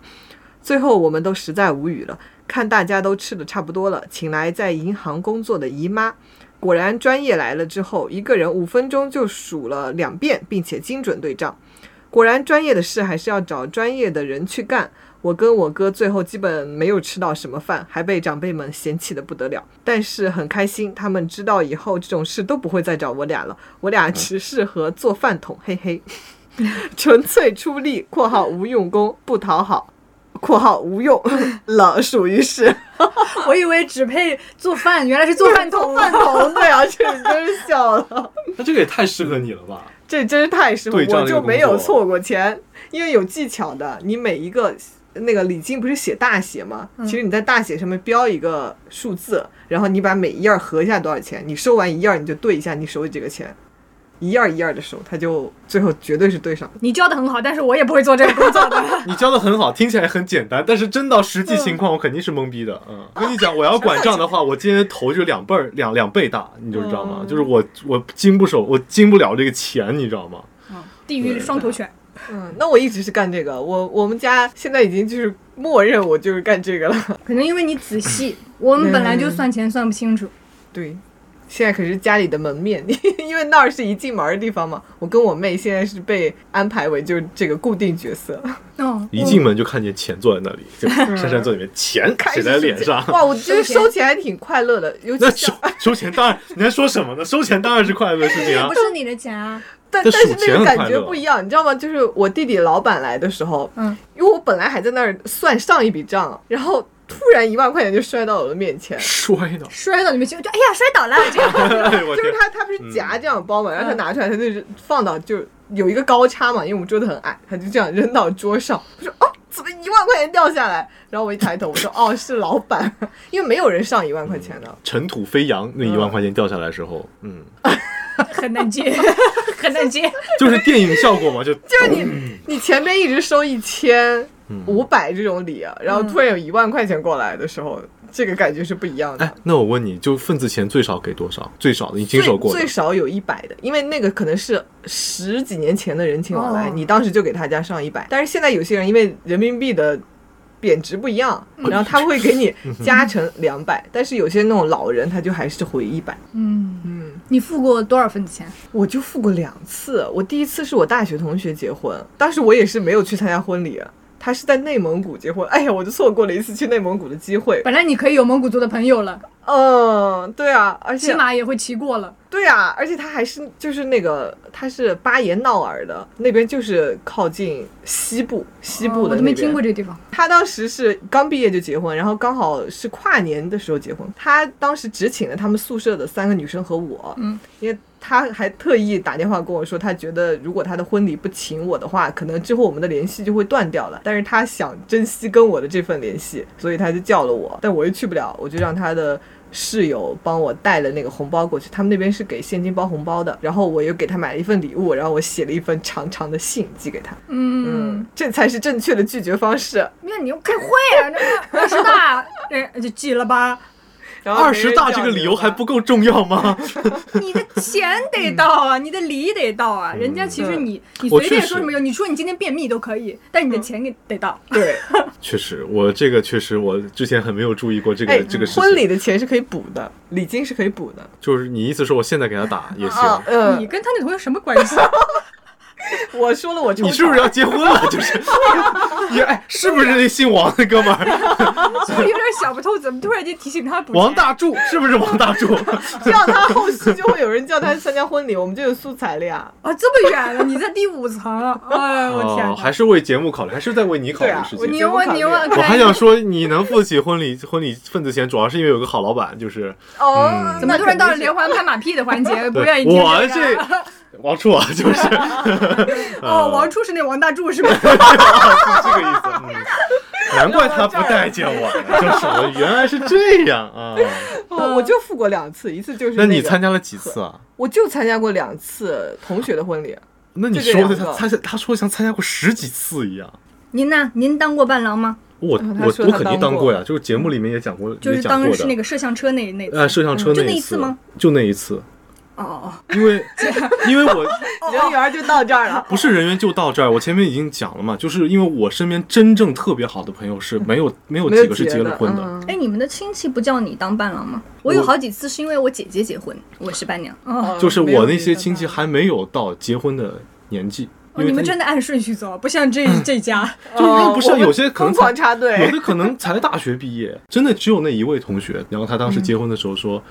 S1: 最后我们都实在无语了，看大家都吃的差不多了，请来在银行工作的姨妈。果然专业来了之后，一个人五分钟就数了两遍，并且精准对账。果然专业的事还是要找专业的人去干。我跟我哥最后基本没有吃到什么饭，还被长辈们嫌弃的不得了。但是很开心，他们知道以后这种事都不会再找我俩了，我俩只适合做饭桶，嘿嘿。 纯粹出力（括号无用功，不讨好）。括号无用 了，属于是
S2: 我以为只配做饭，原来是做饭桶。
S1: 饭桶，对啊，这里真是笑了，
S3: 那这个也太适合你了吧？
S1: 这真是太适合，
S3: 对账
S1: 我
S3: 这个
S1: 就
S3: 工作
S1: 没有错过钱，因为有技巧的，你每一个。那个礼金不是写大写吗？其实你在大写上面标一个数字，然后你把每一页儿合一下多少钱，你收完一页儿你就对一下你手里这个钱，一页儿一页儿的收，它就最后绝对是对上的。
S2: 你教的很好，但是我也不会做这个工作 的。
S3: 你教的很好，听起来很简单，但是真到
S1: 嗯
S3: 实际情况，我肯定是懵逼的。嗯，我跟你讲，我要管账的话，我今天头就两倍儿两两倍大，你就知道
S1: 嗯
S3: 吗？就是我我经不手，我经不了这个钱，你知道吗？
S2: 地狱双头犬，
S1: 嗯，那我一直是干这个，我我们家现在已经就是默认我就是干这个了。
S2: 可能因为你仔细，我们本来就算钱算不清楚。
S1: 对，现在可是家里的门面， 因为那儿是一进门的地方嘛。我跟我妹现在是被安排为就是这个固定角色，
S2: 嗯，
S3: 一进门就看见钱坐在那里，就珊珊坐里面，钱
S1: 嗯开
S3: 写
S1: 始
S3: 在脸上。
S1: 哇，我觉得收钱还挺快乐的，尤
S3: 那
S1: 其
S3: 收
S1: 像
S3: 收钱当然，你在说什么呢？收钱当然是快乐的事情
S2: 也哦
S3: 啊
S2: 不。是你的钱啊。
S1: 但
S3: 这
S1: 但是
S3: 数钱
S1: 那个
S3: 很
S1: 感
S3: 快
S1: 觉
S3: 乐
S1: 不一样，你知道吗？就是我弟弟老板来的时候，
S2: 嗯，
S1: 因为我本来还在那儿算上一笔账，然后突然一万块钱就摔到我的面前。
S3: 摔 倒，
S2: 摔到你们去，就哎呀摔倒了，这样
S3: 哎我
S1: 就
S3: 天
S1: 是，他，他不是夹这样包嘛，然后他拿出来，他就是放到就是有一个高差嘛，因为我们桌子很矮，他就这样扔到桌上。我说哦，怎么一万块钱掉下来？然后我一抬头，我说哦，是老板， 因为没有人上一万块钱的。
S3: 尘土飞扬，那一
S1: 嗯
S3: 万块钱掉下来的时候，嗯，
S2: 很难 接，很难接。
S3: 就是电影效果嘛，就
S1: 就是你，你前面一直收一千、
S3: 嗯
S1: 五百这种礼啊，然后突然有一万块钱过来的时候，这个感觉是不一样
S3: 哎
S1: 的。，
S3: 那我问你，就份子钱最少给多少？最少的，你经手过的
S1: 最最少有一百的，因为那个可能是十几年前的人情往来，
S2: 哦
S1: 你当时就给他家上一百。但是现在有些人因为人民币的贬值不一样，然后他会给你加成两百，但是有些那种老人他就还是回一百。
S2: 嗯嗯，你付过多少份子钱？
S1: 我就付过两次，我第一次是我大学同学结婚，当时我也是没有去参加婚礼，啊他是在内蒙古结婚，哎呀，我就错过了一次去内蒙古的机会。
S2: 本来你可以有蒙古族的朋友了，
S1: 嗯，对啊，而
S2: 骑
S1: 且
S2: 马也会骑过了。
S1: 对啊，而且他还是就是那个他是巴彦淖尔的那边，就是靠近西部西部
S2: 哦我
S1: 的那边。
S2: 都没听过这个地方。
S1: 他当时是刚毕业就结婚，然后刚好是跨年的时候结婚。他当时只请了他们宿舍的三个女生和我，
S2: 嗯，
S1: 因为他还特意打电话跟我说，他觉得如果他的婚礼不请我的话，可能之后我们的联系就会断掉了。但是他想珍惜跟我的这份联系，所以他就叫了我，但我又去不了，我就让他的。室友帮我带了那个红包过去，他们那边是给现金包红包的，然后我又给他买了一份礼物，然后我写了一封长长的信寄给他，
S2: 嗯
S1: 嗯，，这才是正确的拒绝方式。
S2: 那你又开会啊？ 那二十大，人就记了 吧？
S1: 然
S2: 啊
S1: 后
S3: 二十大这个理由还不够重要吗？
S2: 你的钱得到啊，你的礼得到啊。
S3: 嗯
S2: 人家其实你你随便说什么有，你说你今天便秘都可以，但你的钱给得到。
S1: 对，
S3: 确实，我这个确实我之前很没有注意过这个、
S1: 哎，
S3: 这个事情。
S1: 婚礼的钱是可以补的，礼金是可以补的。
S3: 就是你意思是我现在给他打也行？
S1: 啊，
S2: 你
S1: 嗯，
S2: 跟他那同学什么关 系？
S1: 我说了我抽
S3: 你是不是要结婚了？就是 你哎，是不是那姓王的哥们儿？
S2: 是不是有点想不透？怎么突然间提醒他补钱
S3: 王大柱是不是王大柱？
S1: 这样，他后续就会有人叫他参加婚礼，我们就有素材了呀。
S2: 啊，这么远了，你在第五层， 哎呦我天
S3: 哦，
S2: 哪！
S3: 还是为节目考虑，还是在为 你考虑
S1: 对啊
S3: 事
S1: 我
S3: 情。
S2: 你问你问，
S3: 我还想说，你能付起婚礼婚礼份子钱，主要是因为有个好老板，就是嗯
S1: 哦，
S2: 怎么突然到了连
S1: 婚？
S2: 环拍马屁的环节？不
S3: 对
S2: 愿意听个
S3: 我这 王处啊，就是
S2: 哦，王处是那王大柱是吧？
S3: 嗯 这个意思。嗯 难怪他不待见我呢，就是我原来是这样 啊。
S1: 哦我就赴过两次，一次就是
S3: 那
S1: 个
S3: 你参，加了几次啊？
S1: 我就参加过两次同学的婚礼。
S3: 那你
S1: 就这
S3: 说的
S1: 两
S3: 他
S1: 个
S3: 他他说像参加过十几次一样。
S2: 您呢？您当过伴郎吗？
S3: 我
S1: 嗯他
S3: 我
S1: 说
S3: 我
S1: 他
S3: 肯定
S1: 当
S3: 当
S1: 过
S3: 过呀，就是节目里面也讲过，
S2: 就是
S3: 也讲
S2: 当
S3: 过
S2: 时那
S3: 的。
S2: 个摄像车那那一次。
S3: 呃，摄像车
S2: 就那
S3: 一
S2: 一次吗？
S3: 就那一次，
S2: 哦哦
S3: 因为 因为我
S1: 人缘就到这儿 了。
S3: 不是人员就到这儿，我前面已经讲了嘛，就是因为我身边真正特别好的朋友是没有没有
S1: 嗯没有
S3: 几个是
S1: 结
S3: 结
S1: 的
S3: 了婚的，
S1: 嗯
S2: 哦，哎，你们的亲戚不叫你当伴郎吗？我有好几次是因为我姐姐结婚，我是伴娘。哦，
S1: 嗯哦
S3: 就是
S1: 没有
S3: 我那
S1: 你
S3: 些
S1: 的
S3: 亲戚
S1: 大
S3: 还没有到结婚的年纪，因为
S2: 哦你们
S3: 他
S2: 真的按顺序走，不像这这家。
S3: 就又不是
S1: 哦我
S3: 有些可能
S1: 疯狂插队
S3: 有的可能才大学毕业，真的只有那一位同学。然后他
S2: 嗯
S3: 当时结婚的时候说：“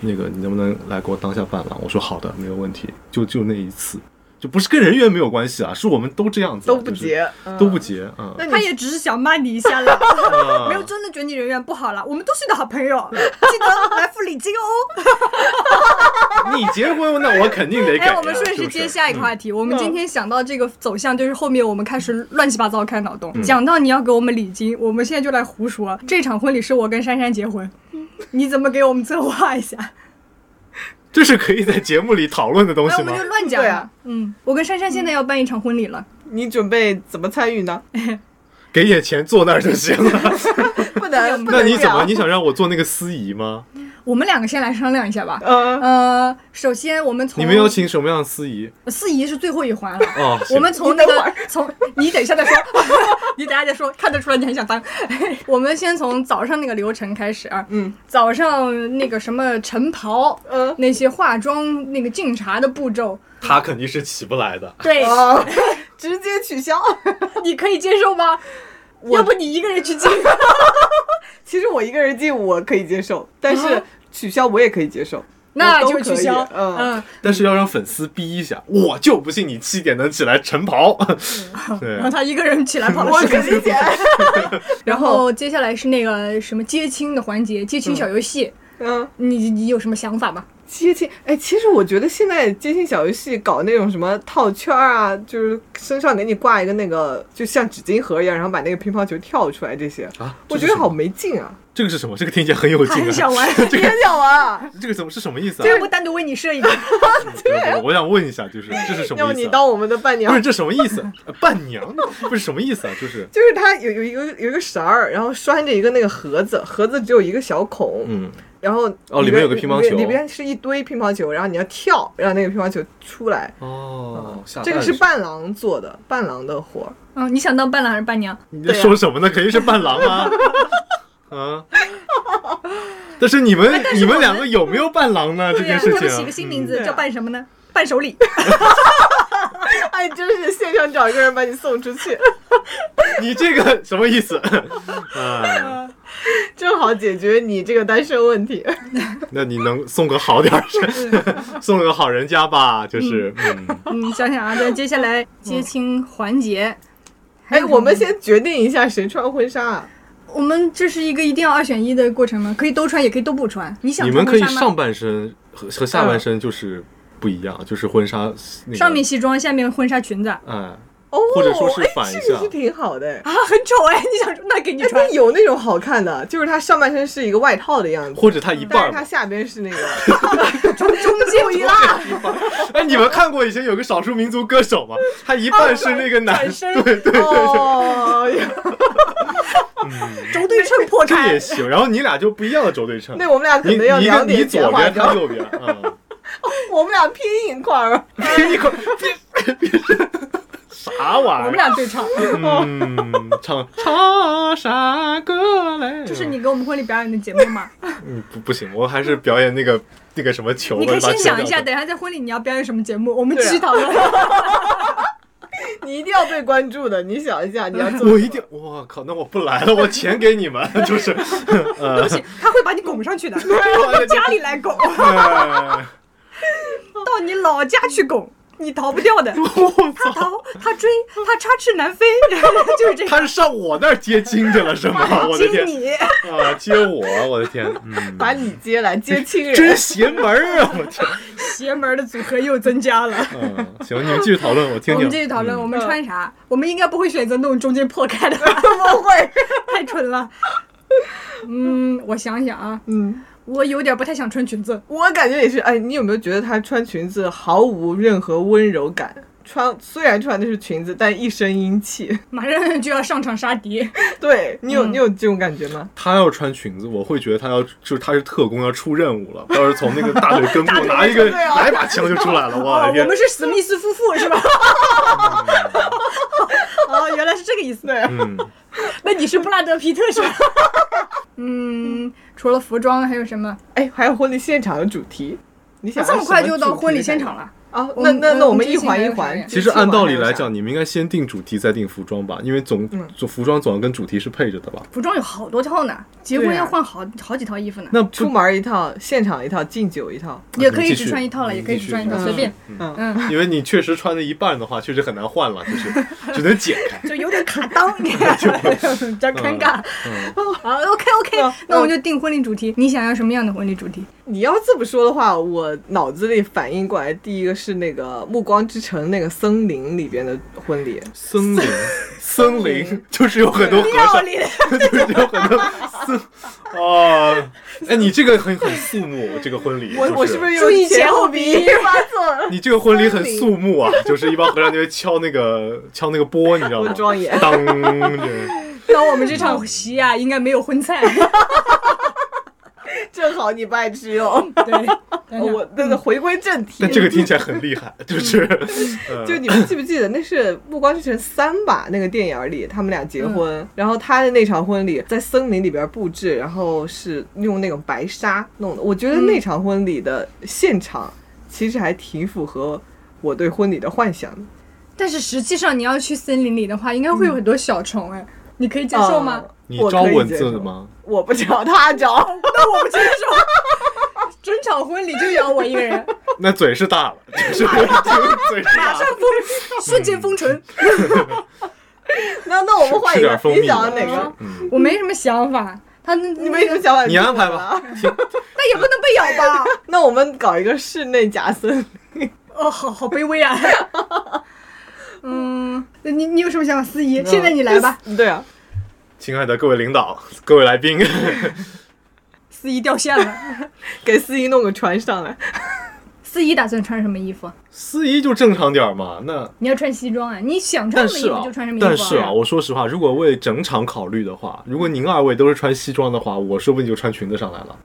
S3: 那个你能不能来给我当下伴郎？”我说：“好的，没有问题。就”就那一次，就不是跟人缘没有关系啊，是我们都这样子啊，
S1: 都不
S3: 就是
S1: 结，嗯
S3: 都不。结啊。
S1: 那
S2: 他
S1: 你
S2: 也只是想骂你一下啦，
S3: 啊
S2: 没有真的觉得你人缘不好啦。我们都是你的好朋友，记得来付礼金哦。
S3: 你结婚，那我肯定得给呀。
S2: 哎，我们顺势
S3: 啊是不是
S2: 接下一个话题。我们
S1: 嗯
S2: 今天想到这个走向，就是后面我们开始乱七八糟开脑洞。讲到你要给我们礼金，我们现在就来胡说。这场婚礼是我跟珊珊结婚，你怎么给我们策划一下？
S3: 这是可以在节目里讨论的东
S2: 那哎
S3: 西
S2: 我
S3: 吗
S2: 们就？乱讲
S1: 对
S2: 呀
S1: 啊。
S2: 嗯，我跟珊珊现在要办一场婚礼了。
S1: 你准备怎么参与呢？
S3: 给点钱坐那儿就行了。
S1: 不 能，不
S3: 那
S1: 能
S3: 你
S1: 这
S3: 怎么？
S1: 样
S3: 你想让我做那个司仪吗？
S2: 我们两个先来商量一下吧。
S1: 呃，
S2: 呃，首先我们从
S3: 你们要请什么样的司仪？
S2: 司仪是最后一环了。
S3: 哦，
S2: 我们
S3: 行
S2: 从那个从你等一下再说， 你等一下再说，看得出来你很想当。 我们先从早上那个流程开始啊，
S1: 嗯，
S2: 早上那个什么晨袍，
S1: 嗯
S2: 那些化妆那个敬茶的步骤，
S3: 他肯定是起不来的。
S2: 对，
S1: 哦，直接取消。
S2: 你可以接受吗？要不你一个人去敬？
S1: 其实我一个人进我可以接受，但是取消我也可以接受。
S2: 那
S1: 我都
S2: 就取
S1: 可
S2: 消
S1: 以。嗯
S2: 嗯，
S3: 但是要让粉丝逼一下，我就不信你七点能起来晨袍。对啊
S2: 然后，他一个人起来跑
S1: 我
S2: 了十
S1: 可
S2: 个
S1: 理解。
S2: 然后接下来是那个什么接亲的环节，接亲小游戏，
S1: 嗯，
S2: 你你有什么想法吗？
S1: 接亲，哎，其实我觉得现在接亲小游戏搞那种什么套圈儿啊，就是身上给你挂一个那个，就像纸巾盒一样，然后把那个乒乓球跳出来这些，
S3: 啊，
S1: 我觉
S3: 这是
S1: 得
S3: 什
S1: 好。
S3: 么
S1: 没劲啊！
S3: 这个是什么？这个听起来很有劲
S2: 很
S3: 啊
S2: 想。 玩，
S1: 别讲玩啊，
S3: 这个怎么是什么意思啊？
S2: 要不单独为你设一个？
S3: 不不不我想问一下，就是这是什
S1: 要
S3: 么
S1: 不你
S3: 意思啊？
S1: 当我们的伴
S3: 不
S1: 娘
S3: 是。这什么意思？呃伴娘不是什么意思啊？就是
S1: 就是它有有一个有一个绳儿，然后拴着一个那个盒子，盒子只有一个小孔，
S3: 嗯，
S1: 然后
S3: 哦里面有个乒乓
S1: 里
S3: 球
S1: 面里边是一堆乒乓球，然后你要跳，让那个乒乓球出来。
S3: 哦，下
S1: 这个
S3: 蛋
S1: 是伴郎做的，伴郎的活儿。
S2: 嗯，你想当伴郎还是伴娘？
S3: 你在说什么呢？肯定是伴郎啊，啊！但是你们你们两个有没有伴郎呢？这
S2: 对呀
S3: 件，事
S2: 他
S3: 啊情
S2: 们起个新名
S3: 嗯
S2: 字
S1: 嗯
S2: 叫伴什么呢？伴手礼。
S1: 哎，真是现场找一个人把你送出去，
S3: 嗯你这个什么意思？ 啊，
S1: 正好解决你这个单身问题。
S3: 那你能送个好点儿， 送个好人家吧，就是， 嗯，
S2: 嗯，想想 啊，对，接下来接亲环节，还
S1: 哎，
S2: 有
S1: 我们
S2: 什么
S1: 先决定一下谁穿婚纱啊？
S2: 我们这是一个一定要二选一的过程吗？可以都穿，也可以都不穿。你想
S3: 你们
S2: 穿
S3: 可
S2: 婚
S3: 以
S2: 纱吗
S3: 上半身和和下半身就是不一样，就是婚纱那个
S2: 嗯上面西装，下面婚纱裙子啊，
S3: 哎，
S1: 哦，
S3: 或者说是反
S1: 哎
S3: 一
S1: 这个
S3: 下
S1: 是挺好的。哎，
S2: 很丑哎！你想那给你
S1: 哎
S2: 穿
S1: 但，有那种好看的，就是它上半身是一个外套的样子，
S3: 或者它一
S1: 但
S3: 半
S1: 是它
S3: 儿。
S1: 下边是那个。
S2: 中间一拉，
S3: 哎，你们看过以前有个少数民族歌手吗？他一半是 那个男
S2: 转，身
S3: 对对，
S1: 哦，
S2: 轴对称破
S3: 嗯这
S2: 开
S3: 也。行。然后你俩就不一样的轴对称。
S1: 那我们俩可
S3: 你
S1: 能要
S3: 你一个
S1: 两
S3: 你
S1: 点
S3: 左
S1: 前后，
S3: 边，
S1: 然
S3: 他
S1: 后
S3: 右边，嗯，
S1: 我们俩拼一块儿。
S3: 你可别啥
S2: 我
S3: 玩
S2: 们
S3: 意儿？
S2: 俩对唱，
S3: 嗯，唱唱啥歌嘞？
S2: 这是你给我们婚礼表演的节目吗？
S3: 嗯，不不行，我还是表演那个那个什么球吧。
S2: 你可以
S3: 把
S2: 先想一
S3: 球亮
S2: 下，
S3: 出来
S2: 等一下在婚礼你要表演什么节目，我们
S1: 对啊
S2: 继续讨论。
S1: 你一定要被关注的，你想一下，你要 做
S3: 我一定，我靠，那我不来了，我钱给你们，就是，呃，
S2: 他会把你拱上去的，
S3: 我
S2: 到 家里来拱，
S3: 哎
S2: 到你老家去拱，你逃不掉的。
S3: 我
S2: 他
S3: 操，
S2: 逃，他追，他插翅难飞， 就是这个。
S3: 他是上我那儿接亲去了是吗？我的
S2: 接
S3: 天
S2: 你，
S3: 啊，接我，我的天， 嗯，
S1: 把你接来接亲人。
S3: 真邪门儿啊，我天，
S2: 邪门的组合又增加了。
S3: 嗯，行，你们继续讨论，我听听。
S2: 我们继续讨论，
S3: 嗯
S2: 我们穿啥？我们应该不会选择那种中间破开的，
S1: 不会，
S2: 太蠢了。嗯，我想想啊，
S1: 嗯，
S2: 我有点不太想穿裙子，
S1: 我感觉也是。哎，你有没有觉得她穿裙子毫无任何温柔感？穿虽然穿的是裙子，但一身阴气。
S2: 马上就要上场杀敌。
S1: 对你有、
S2: 嗯
S1: 你有这种感觉吗？
S3: 他要穿裙子，我会觉得他要就是他是特工要出任务了，要是从那个大腿 根
S1: 大
S3: 部
S1: 腿
S3: 拿一个
S1: 根部对啊
S3: 拿一把枪就出来了，我
S2: 哦
S3: 的，
S2: 我
S3: 天
S2: 们！是史密斯夫妇是吧？ 哦，原来是这个意 思。
S1: 啊
S2: 对，
S3: 嗯，
S2: 那你是布拉德皮特是吧？嗯，除了服装还有什么？
S1: 哎，还有婚礼现场的主题，你想要
S2: 这么快
S1: 什
S2: 就
S1: 么
S2: 到
S1: 主题
S2: 婚礼
S1: 的感
S2: 现
S1: 觉
S2: 场了？
S1: 啊？
S2: 我
S1: 那
S2: 们
S1: 那
S2: 我
S1: 那我
S2: 们
S1: 们
S2: 这
S1: 一
S2: 期
S1: 环
S2: 还
S1: 一
S2: 有啥呀
S1: 环。
S3: 其实按道理
S1: 这期我
S3: 来
S1: 还有啥，
S3: 讲，你们应该先定主题，再定服装吧，因为总
S1: 嗯
S3: 总服装总要跟主题是配着的吧？
S2: 服装有好多套呢，结婚
S1: 对啊
S2: 要换好好几套衣服呢。
S3: 那不
S1: 出门一套，现场一套，敬酒一套。
S2: 也可以
S3: 你继
S2: 只
S3: 续
S2: 穿一套了，
S3: 你
S2: 也可以
S3: 继
S2: 只
S3: 续
S2: 穿一套，
S3: 嗯
S2: 随便。
S1: 嗯
S2: 嗯，
S3: 因为你确实穿了一半的话，确实很难换了，就是 只能解开。
S2: 就有点卡裆，你看比较尴尬。
S3: 嗯，
S2: 啊，OK OK，
S1: 嗯
S2: 那我们就定婚礼主题，你想要什么样的婚礼主题？
S1: 你要这么说的话，我脑子里反应过来，第一个是那个《暮光之城》那个森林里边的婚礼，
S3: 森林，森林就是有很多和
S2: 道
S3: 尚，
S2: 理，
S3: 就是有很多森哦，哎，你这个很很肃穆，这个婚礼，
S1: 我
S3: 就
S1: 我是不是
S2: 注意
S1: 有
S2: 前
S1: 前
S2: 后
S1: 后
S2: 鼻 音
S1: 鼻？发错了，
S3: 你这个婚礼很肃穆啊，就是一帮和尚在那边敲那个敲那个钵，你知道
S1: 我
S3: 吗？
S1: 庄严。
S3: 当， 就是
S2: 那我们这场席啊，应该没有荤菜。
S1: 正好你不爱吃肉。
S2: 对，嗯等一下
S1: 哦呃我那个回归正题
S3: 但，这个听起来很厉害，就是，呃
S1: 嗯就你们记不记得那是《暮光之城三》吧？那个电影里他们俩结婚，
S2: 嗯
S1: 然后他的那场婚礼在森林里边布置，然后是用那种白纱弄的。我觉得
S2: 嗯
S1: 那场婚礼的现场其实还挺符合我对婚礼的幻想的。
S2: 但是实际上你要去森林里的话，应该会有很多小虫哎，你可以接受吗
S1: 呃？？
S3: 你
S1: 我
S3: 招
S1: 可以
S3: 蚊
S1: 接
S3: 子
S1: 受
S3: 吗？
S1: 我不找他找，
S2: 那我不接受。 整场婚礼就咬我一个人，
S3: 那嘴是大了，就是 嘴是大了。
S2: 封瞬间封唇。
S1: 那那我们换
S3: 吃
S1: 一
S3: 点
S1: 个，
S3: 蜂
S1: 你
S3: 蜜
S1: 想要
S3: 吧
S1: 哪个？
S3: 嗯，
S2: 我没什么想法，他你
S1: 你没什么想法，
S3: 你安排吧。
S2: 那也不能被咬吧？
S1: 那我们搞一个室内夹森，
S2: 哦，好好卑微啊。 嗯，你你有什么想法，司仪？现在你 来吧，。
S1: 对啊，
S3: 亲爱的各位领导、各位来宾，
S2: 司仪掉线了。
S1: 给司仪弄个船上来。
S2: 司仪打算穿什么衣服？
S3: 司仪就正常点儿嘛。那
S2: 你要穿西装啊？你想穿
S3: 但
S2: 什么衣
S3: 是
S2: 服
S3: 啊
S2: 就穿什么，衣服、
S3: 但是啊，我说实话，如果为整场考虑的话，如果您二位都是穿西装的话，我说不定就穿裙子上来了。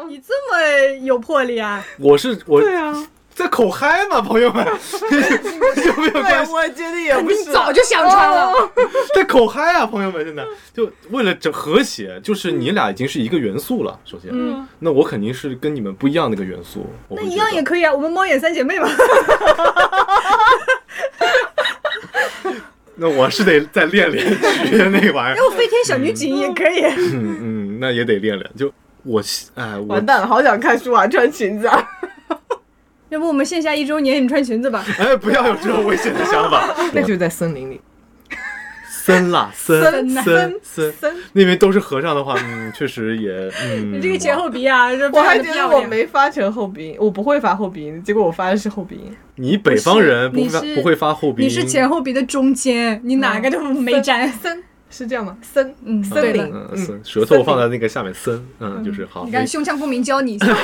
S2: 你这么有魄力啊！
S3: 我是我
S1: 对啊，
S3: 在口嗨吗，朋友们？有没有关
S1: 对，
S3: 系？
S1: 我觉得也不是
S2: 你
S1: 啊，
S2: 早就想穿了，
S3: 在口嗨啊，朋友们，真的就为了整和谐，就是你俩已经是一个元素了。首先，
S2: 嗯
S3: 那我肯定是跟你们不一样的一个元素。我
S2: 那
S3: 会
S2: 一
S3: 觉
S2: 样
S3: 得
S2: 也可以啊，我们猫眼三姐妹嘛。
S3: 那我是得再练练 学那玩意儿。
S2: 我飞天小女警也可以，
S3: 嗯嗯，那也得练练。就我希哎，我
S1: 完蛋了，好想看舒婉穿裙子啊！
S2: 要不我们线下一周年你穿裙子吧？
S3: 哎，不要有这种危险的想 法。
S1: 那就是在森林里，
S3: 森啦，森
S1: 森
S3: 森
S1: 森
S3: 森，那边都是和尚的话，嗯，确实也，嗯，
S2: 你这个前后鼻啊，这
S1: 我还
S2: 非
S1: 觉得
S2: 常的
S1: 我
S2: 漂亮
S1: 没发成后鼻音，我不会发后鼻音，结果我发的是后鼻音。
S3: 你北方人不
S2: 你
S3: 会发
S2: 是
S3: 不会发后鼻音，
S2: 你是前后鼻的中间，你哪
S1: 嗯
S2: 个都没沾。
S1: 森是这样吗？森，
S2: 嗯
S1: 森林
S2: 对，
S3: 嗯，
S1: 嗯
S3: 森舌头放在那个下面森，嗯，就是好。
S2: 你
S3: 没
S2: 看胸腔共鸣教你一下，
S1: 嗯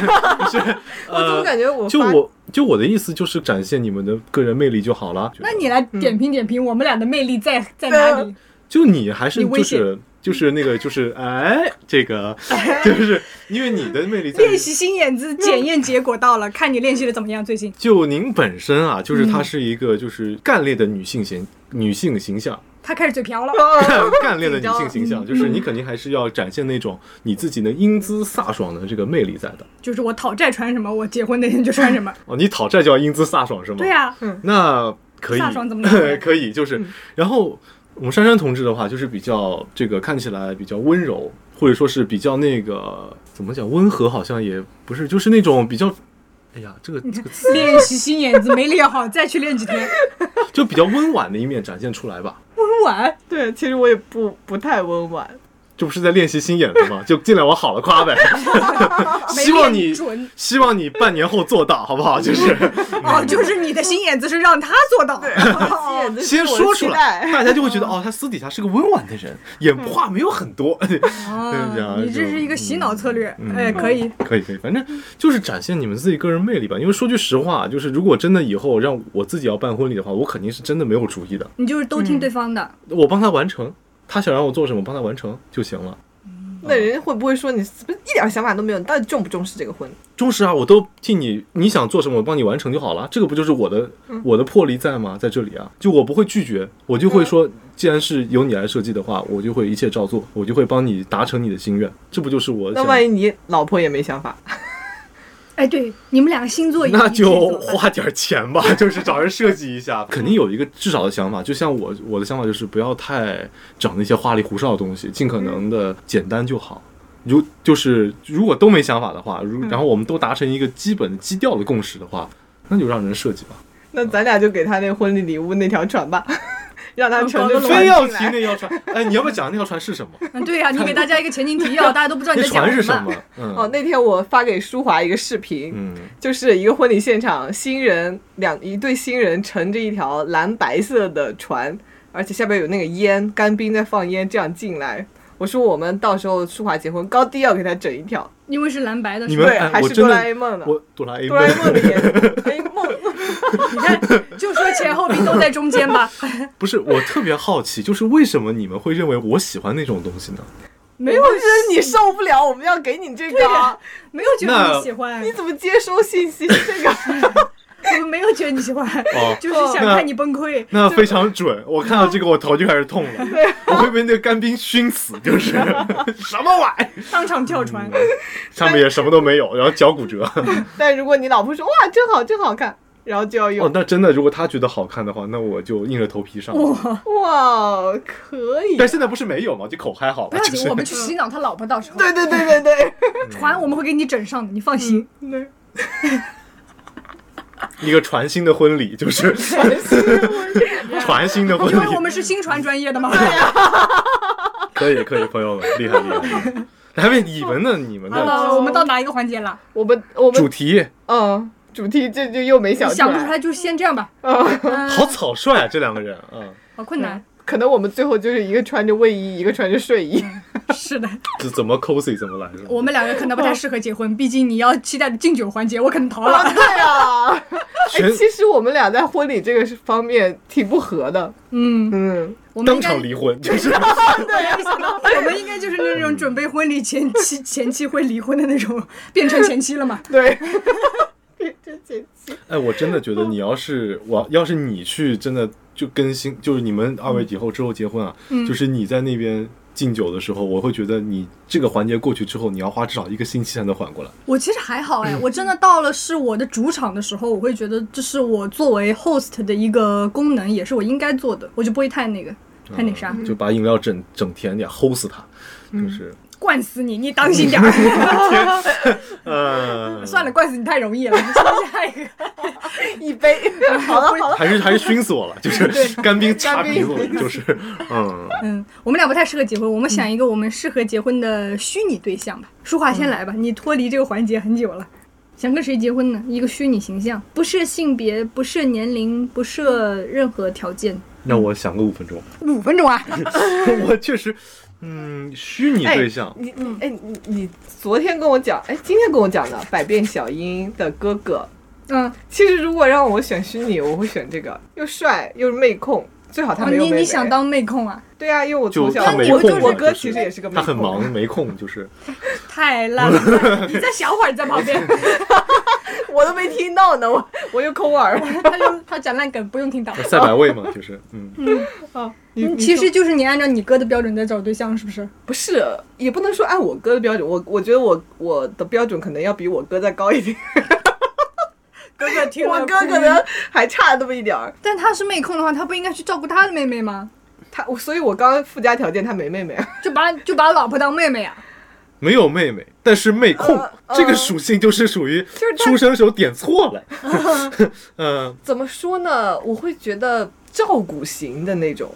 S1: 我怎么感觉我
S3: 就
S1: 发
S3: 我就我的意思就是展现你们的个人魅力就好了。
S2: 那你来点评点评我们俩的魅力在在
S1: 对
S2: 哪
S1: 啊
S2: 里？
S3: 就你还是
S2: 你危
S3: 就
S2: 险
S3: 是就是那个就是哎，这 个就是因为你的魅力在于
S2: 练习心眼子检验结果 到了，看你练习的怎么样。最近
S3: 就您本身啊，就是
S2: 嗯
S3: 她是一个就是干练的女性形女性形象，
S2: 他开始嘴瓢了，
S3: 干 干练的女性形象，
S1: 嗯
S3: 就是你肯定还是要展现那种你自己的英姿飒爽的这个魅力在的。
S2: 就是我讨债穿什么，我结婚那天就穿什么。
S1: 嗯
S3: 哦，你讨债叫英姿飒爽是吗？
S2: 对、呀，
S3: 那可以
S2: 飒爽怎么嗯弄呢
S3: 可以就是，然后我们珊珊同志的话，就是比较这个看起来比较温柔，或者说是比较那个怎么讲温和，好像也不是，就是那种比较。哎呀，这个这 个词
S2: 练习心眼子没练好，再去练几天。
S3: 就比较温婉的一面展现出来吧，
S2: 温婉，
S1: 对，其实我也不不太温婉，
S3: 这不是在练习心 眼子吗？就尽量往好了夸呗。
S2: 没
S3: 希望你
S2: 练准
S3: 希望你半年后做到，好不 好？就是
S1: 嗯
S2: 哦，就是你的心眼子是让他做到。
S1: 眼子
S3: 先
S1: 是我
S3: 说
S1: 期
S3: 出来，
S1: 待
S3: 大家就会觉得哦，他私底下是个温婉的人，也话没有很多。这
S2: 哦
S3: 样，
S2: 你这
S3: 就是
S2: 一个洗脑策略，
S3: 嗯
S2: 哎，可以。
S3: 可以可以，反正就是展现你们自己个人魅力吧。因为说句实话，就是如果真的以后让我自己要办婚礼的话，我肯定是真的没有主意的，
S2: 你就是都听对方的，
S3: 我帮他完成，他想让我做什么，帮他完成就行了。
S1: 那人家会不会说你是不是一点想法都没有？你到底重不重视这个婚？
S3: 忠实啊，我都替你，你想做什么，我帮你完成就好了。这个不就是我的、
S1: 嗯
S3: 我的魄力在吗？在这里啊，就我不会拒绝，我
S1: 嗯
S3: 就会说，既然是由你来设计的话，我就会一切照做，我就会帮你达成你的心愿。这不就是我
S1: 那
S3: 想？
S1: 万一你老婆也没想法，
S2: 哎，对，你们两个星座一
S3: 那
S2: 致怎
S3: 就
S2: 么办
S3: 花点钱 吧，就是找人设计一下，肯定有一个至少的想法。就像我我的想法就是不要太整那些花里胡哨的东西，尽
S1: 嗯
S3: 可能的简单就好。如就是如果都没想法的话，如
S1: 嗯
S3: 然后我们都达成一个基本基调的共识的话，那就让人设计吧。
S1: 那咱俩就给他那婚礼礼物那条船吧，让他乘着
S2: 嗯
S3: 非
S1: 船
S3: 要
S1: 进
S3: 提
S1: 来
S3: 那 条船，哎，你要不要讲那条船是什么？
S2: 嗯，对呀、你给大家一个前情提要，大家都不知道你
S3: 那
S2: 在讲
S3: 船是什
S2: 什
S3: 么。？
S1: 哦，
S3: 嗯
S1: 那天我发给舒华一个视频，
S3: 嗯，
S1: 就是一个婚礼现场，新人两一对新人乘着一条蓝白色的船，而且下边有那个烟，干冰在放烟，这样进来。我说我们到时候舒华结婚，高低要给他整一条，
S2: 因为是蓝白的，
S3: 你
S2: 是
S3: 们
S2: 吧
S1: 对，
S3: 哎
S1: 还
S3: 我
S1: 是
S3: 真
S1: 哆
S3: 的
S1: 啦 A 梦呢？
S3: 我哆啦 A
S1: 哆啦 A
S3: 梦
S1: 梦的 烟，哎梦，
S2: 你看，就说前后鼻都在中间吧，
S3: 不是我特别好奇，就是为什么你们会认为我喜欢那种东 西呢？
S2: 没
S1: 因
S2: 有
S1: 为我觉得你受不了，我们要给你这个啊，
S2: 没有觉得你喜欢
S1: 你，怎么接收信息是这个？
S2: 我们没有觉得你喜欢，
S3: 哦
S2: 就是想看你崩溃。
S3: 那非常准，我看到这个我头就开始痛 了，
S2: 啊
S3: 我会被那个干冰熏死，就是什么玩意，
S2: 当场跳船，
S3: 上面也什么都没有，然后脚骨折。
S2: 哎
S1: 但如果你老婆说哇真好真好看，然后就要
S3: 哦
S1: 用，
S3: 那真的，如果他觉得好看的话，那我就硬着头皮上。
S2: 哇！
S1: 哇可以，
S3: 但现在不是没有吗？就口嗨好
S2: 不
S3: 了
S2: 要，
S3: 啊就
S2: 紧，
S3: 是
S2: 啊我们去洗脑他老婆，到时候
S1: 对对对对对。
S2: 船我们会给你整上的，你放心。
S1: 对
S3: 一个传新的婚礼，就是 传新的婚
S2: 因为我
S3: 礼，
S2: 们是新传专业的嘛，
S3: 可以可以，朋友们厉害厉害。厉害还没你们呢，你们
S2: 好
S3: 呢？
S2: 了，我们到哪一个环节了？
S1: 我们我
S3: 主
S1: 们
S3: 题
S1: 嗯，主题这就又没想
S2: 想不出
S1: 来，
S2: 来就先这样吧。嗯
S3: 好草率啊，这两个人啊，嗯
S2: 好困难，
S1: 可能我们最后就是一个穿着卫衣，一个穿着睡 衣。
S2: 是的，
S3: 这怎么 cozy 怎么来着？
S2: 我们两个可能不太适合结婚，毕竟你要期待的敬酒环节，我可能逃了。
S1: 对啊，哎
S3: 全，
S1: 其实我们俩在婚礼这个方面挺不合的。
S2: 嗯，
S1: 嗯，
S2: 我们
S3: 当
S2: 应该
S3: 场离婚，就是。
S2: 啊我们应该就是那种准备 婚礼前期前期会离婚的那种，变成前妻了嘛？
S1: 对。这这期。
S3: 哎，我真的觉得你要是 我要是你去，真的就更新，就是你们二位以后之后结婚啊，
S1: 嗯
S3: 就是你在那边敬酒的时候，我会觉得你这个环节过去之后，你要花至少一个星期才能缓过来。
S2: 我其实还好哎，我真的到了是我的主场的时候，我会觉得这是我作为 host 的一个功能，也是我应该做的，我就不会太那个，太那啥，
S3: 嗯就把饮料整整甜点，齁死它，
S1: 嗯
S3: 就是
S2: 灌死你，你当心点儿。
S3: 呃，
S2: 算了，，灌死你太容易了，我们说下一个。
S1: 一杯， 好了好了，
S3: 还是还是熏死我了，就是干冰插鼻子里，就是 嗯，
S2: 嗯，我们俩不太适合结婚，我们想一个我们适合结婚的虚拟对象吧。淑华先来吧，你脱离这个环节很久了。想跟谁结婚呢？一个虚拟形象，不设性别，不设年龄，不设任何条件。
S3: 让我想个五分钟，
S2: 五分钟啊！
S3: 我确实，嗯，虚拟对象
S1: 哎、，你你哎你你昨天跟我讲，哎今天跟我讲的《百变小樱》的哥哥，
S2: 嗯，
S1: 其实如果让我选虚拟，我会选这个，又帅又是妹控，最好他
S2: 哦
S1: 没有
S2: 你
S1: 妹妹
S2: 你想当妹控啊？
S1: 对啊，因为我
S3: 就
S1: 从小
S3: 他没
S1: 我
S3: 空
S1: 我
S3: 嘛，
S1: 哥
S3: 就
S1: 其实也是个妹
S3: 他
S1: 控，
S3: 很忙，没空，就是
S2: 太烂 了！你再想会儿，你在旁 边，
S1: 我都没听到呢，我我又抠耳。
S2: 他就他讲烂梗，不用听到。
S3: 赛百味嘛，就是嗯。
S1: 啊，你
S2: 嗯
S1: 你
S2: 其
S1: 说
S2: 实就是你按照你哥的标准在找对象，是不是？
S1: 不是，也不能说按我哥的标准，我我觉得我我的标准可能要比我哥再高一点，
S2: 哥哥听
S1: 我哥可能，还差那么一点儿。
S2: 但他是妹控的话，他不应该去照顾他的妹妹吗？
S1: 他，我所以，我刚刚附加条件他没妹妹啊，
S2: 就把就把老婆当妹啊妹呀、
S3: 没有妹妹，但是妹控、
S1: 呃呃
S3: 这个属性就是属于
S1: 是他
S3: 出生时候点错 了，嗯、
S1: 怎么说呢？我会觉得照顾型的那种，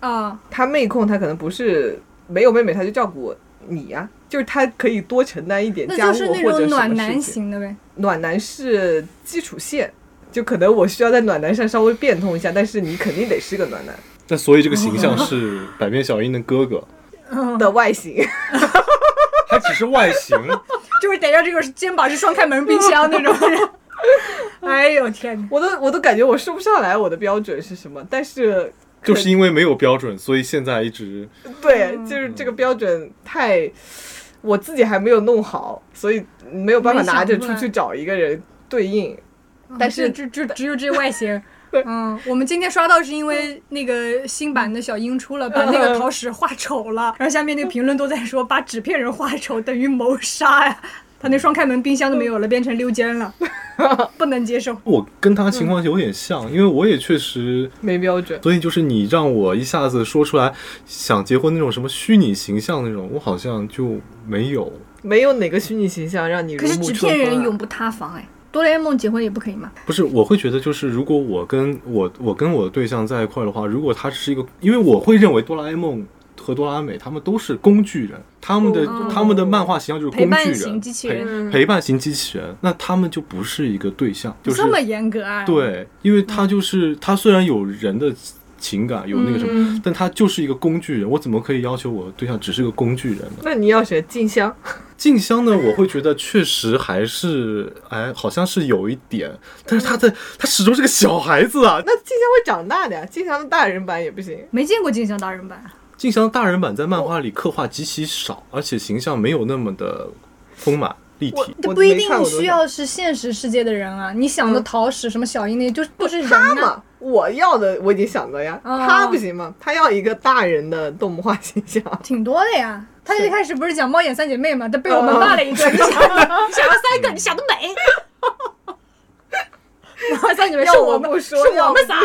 S2: 啊，
S1: 他妹控，他可能不是没有妹妹他就照顾你呀、就是他可以多承担一点
S2: 那
S1: 家务
S2: 就是那
S1: 或者什么
S2: 种暖
S1: 事
S2: 男
S1: 情。
S2: 型的呗。
S1: 暖男是基础线，就可能我需要在暖男上稍微变通一下，但是你肯定得是个暖男
S3: 那所以这个形象是百变小樱的哥哥，
S2: 嗯，
S1: 的外形。
S3: 他只是外形，
S2: 就是得让这个肩膀是双开 门冰箱那种人。 哎呦天哪！
S1: 我都我都感觉我说不上来我的标准是什么，但是
S3: 就是因为没有标准，所以现在一直
S2: 嗯
S1: 对，就是这个标准太我自己还没有弄好，所以没有办法拿着出去找一个人对应。但是
S2: 哦这这只有这外 形。嗯，我们今天刷到是因为那个新版的小樱出了，把那个
S1: 嗯
S2: 桃矢画丑了，然后下面那个评论都在说把纸片人画丑等于谋杀呀，他那双开门冰箱都没有了，变成溜 肩了，不能接受。
S3: 我跟他情况有点像，因为我也确实
S1: 没标准，
S3: 所以就是你让我一下子说出来想结婚那种什么虚拟形象那种，我好像就没有。
S1: 没有哪个虚拟形象让你
S2: 可
S1: 如
S2: 是
S1: 沐
S2: 纸
S1: 春
S2: 片人
S1: 风、
S2: 永
S1: 啊。
S2: 不塌房哎，哆啦 A 梦结婚也不可以吗？
S3: 不是，我会觉得就是如果我跟我我跟我的对象在一块儿的话，如果他是一个，因为我会认为哆啦 A 梦和哆啦美他们都是工具人，他们的、
S1: 哦
S3: 他们的漫画形象就是工具
S2: 陪
S3: 人，
S2: 伴型机器人
S3: 陪陪伴型机器人，那他们就不是一个对象，就是
S2: 这么严格啊？，
S3: 对，因为他就是他虽然有人的情感，有那个什么，
S1: 嗯
S3: 但他就是一个工具人，我怎么可以要求我的对象只是个工具人呢？
S1: 那你要选静香，
S3: 静香呢，我会觉得确实还是，哎，好像是有一点，但是他在，他始终是个小孩子啊。
S1: 那静香会长大的呀，静香的大人版也不行。
S2: 没见过静香大人版啊。
S3: 静香大人版在漫画里刻画极其少，而且形象没有那么的丰满立体。
S2: 这
S1: 我
S2: 不一
S1: 没看
S2: 定
S1: 过多
S2: 需
S1: 少
S2: 要是现实世界的人啊，你想的桃矢什么小樱那些，就是都是人
S1: 他
S2: 啊。
S1: 嘛，我要的我已经想了呀，
S2: 哦
S1: 他不行吗？他要一个大人的动画形 象。
S2: 挺多的呀。他一开始不是讲猫眼三姐妹嘛，但被
S1: 嗯
S2: 我们骂了一 顿。你想，你想要三个，你想得美。猫眼三姐妹是
S1: 要我
S2: 们，
S1: 不
S2: 是
S1: 说
S2: 我们仨，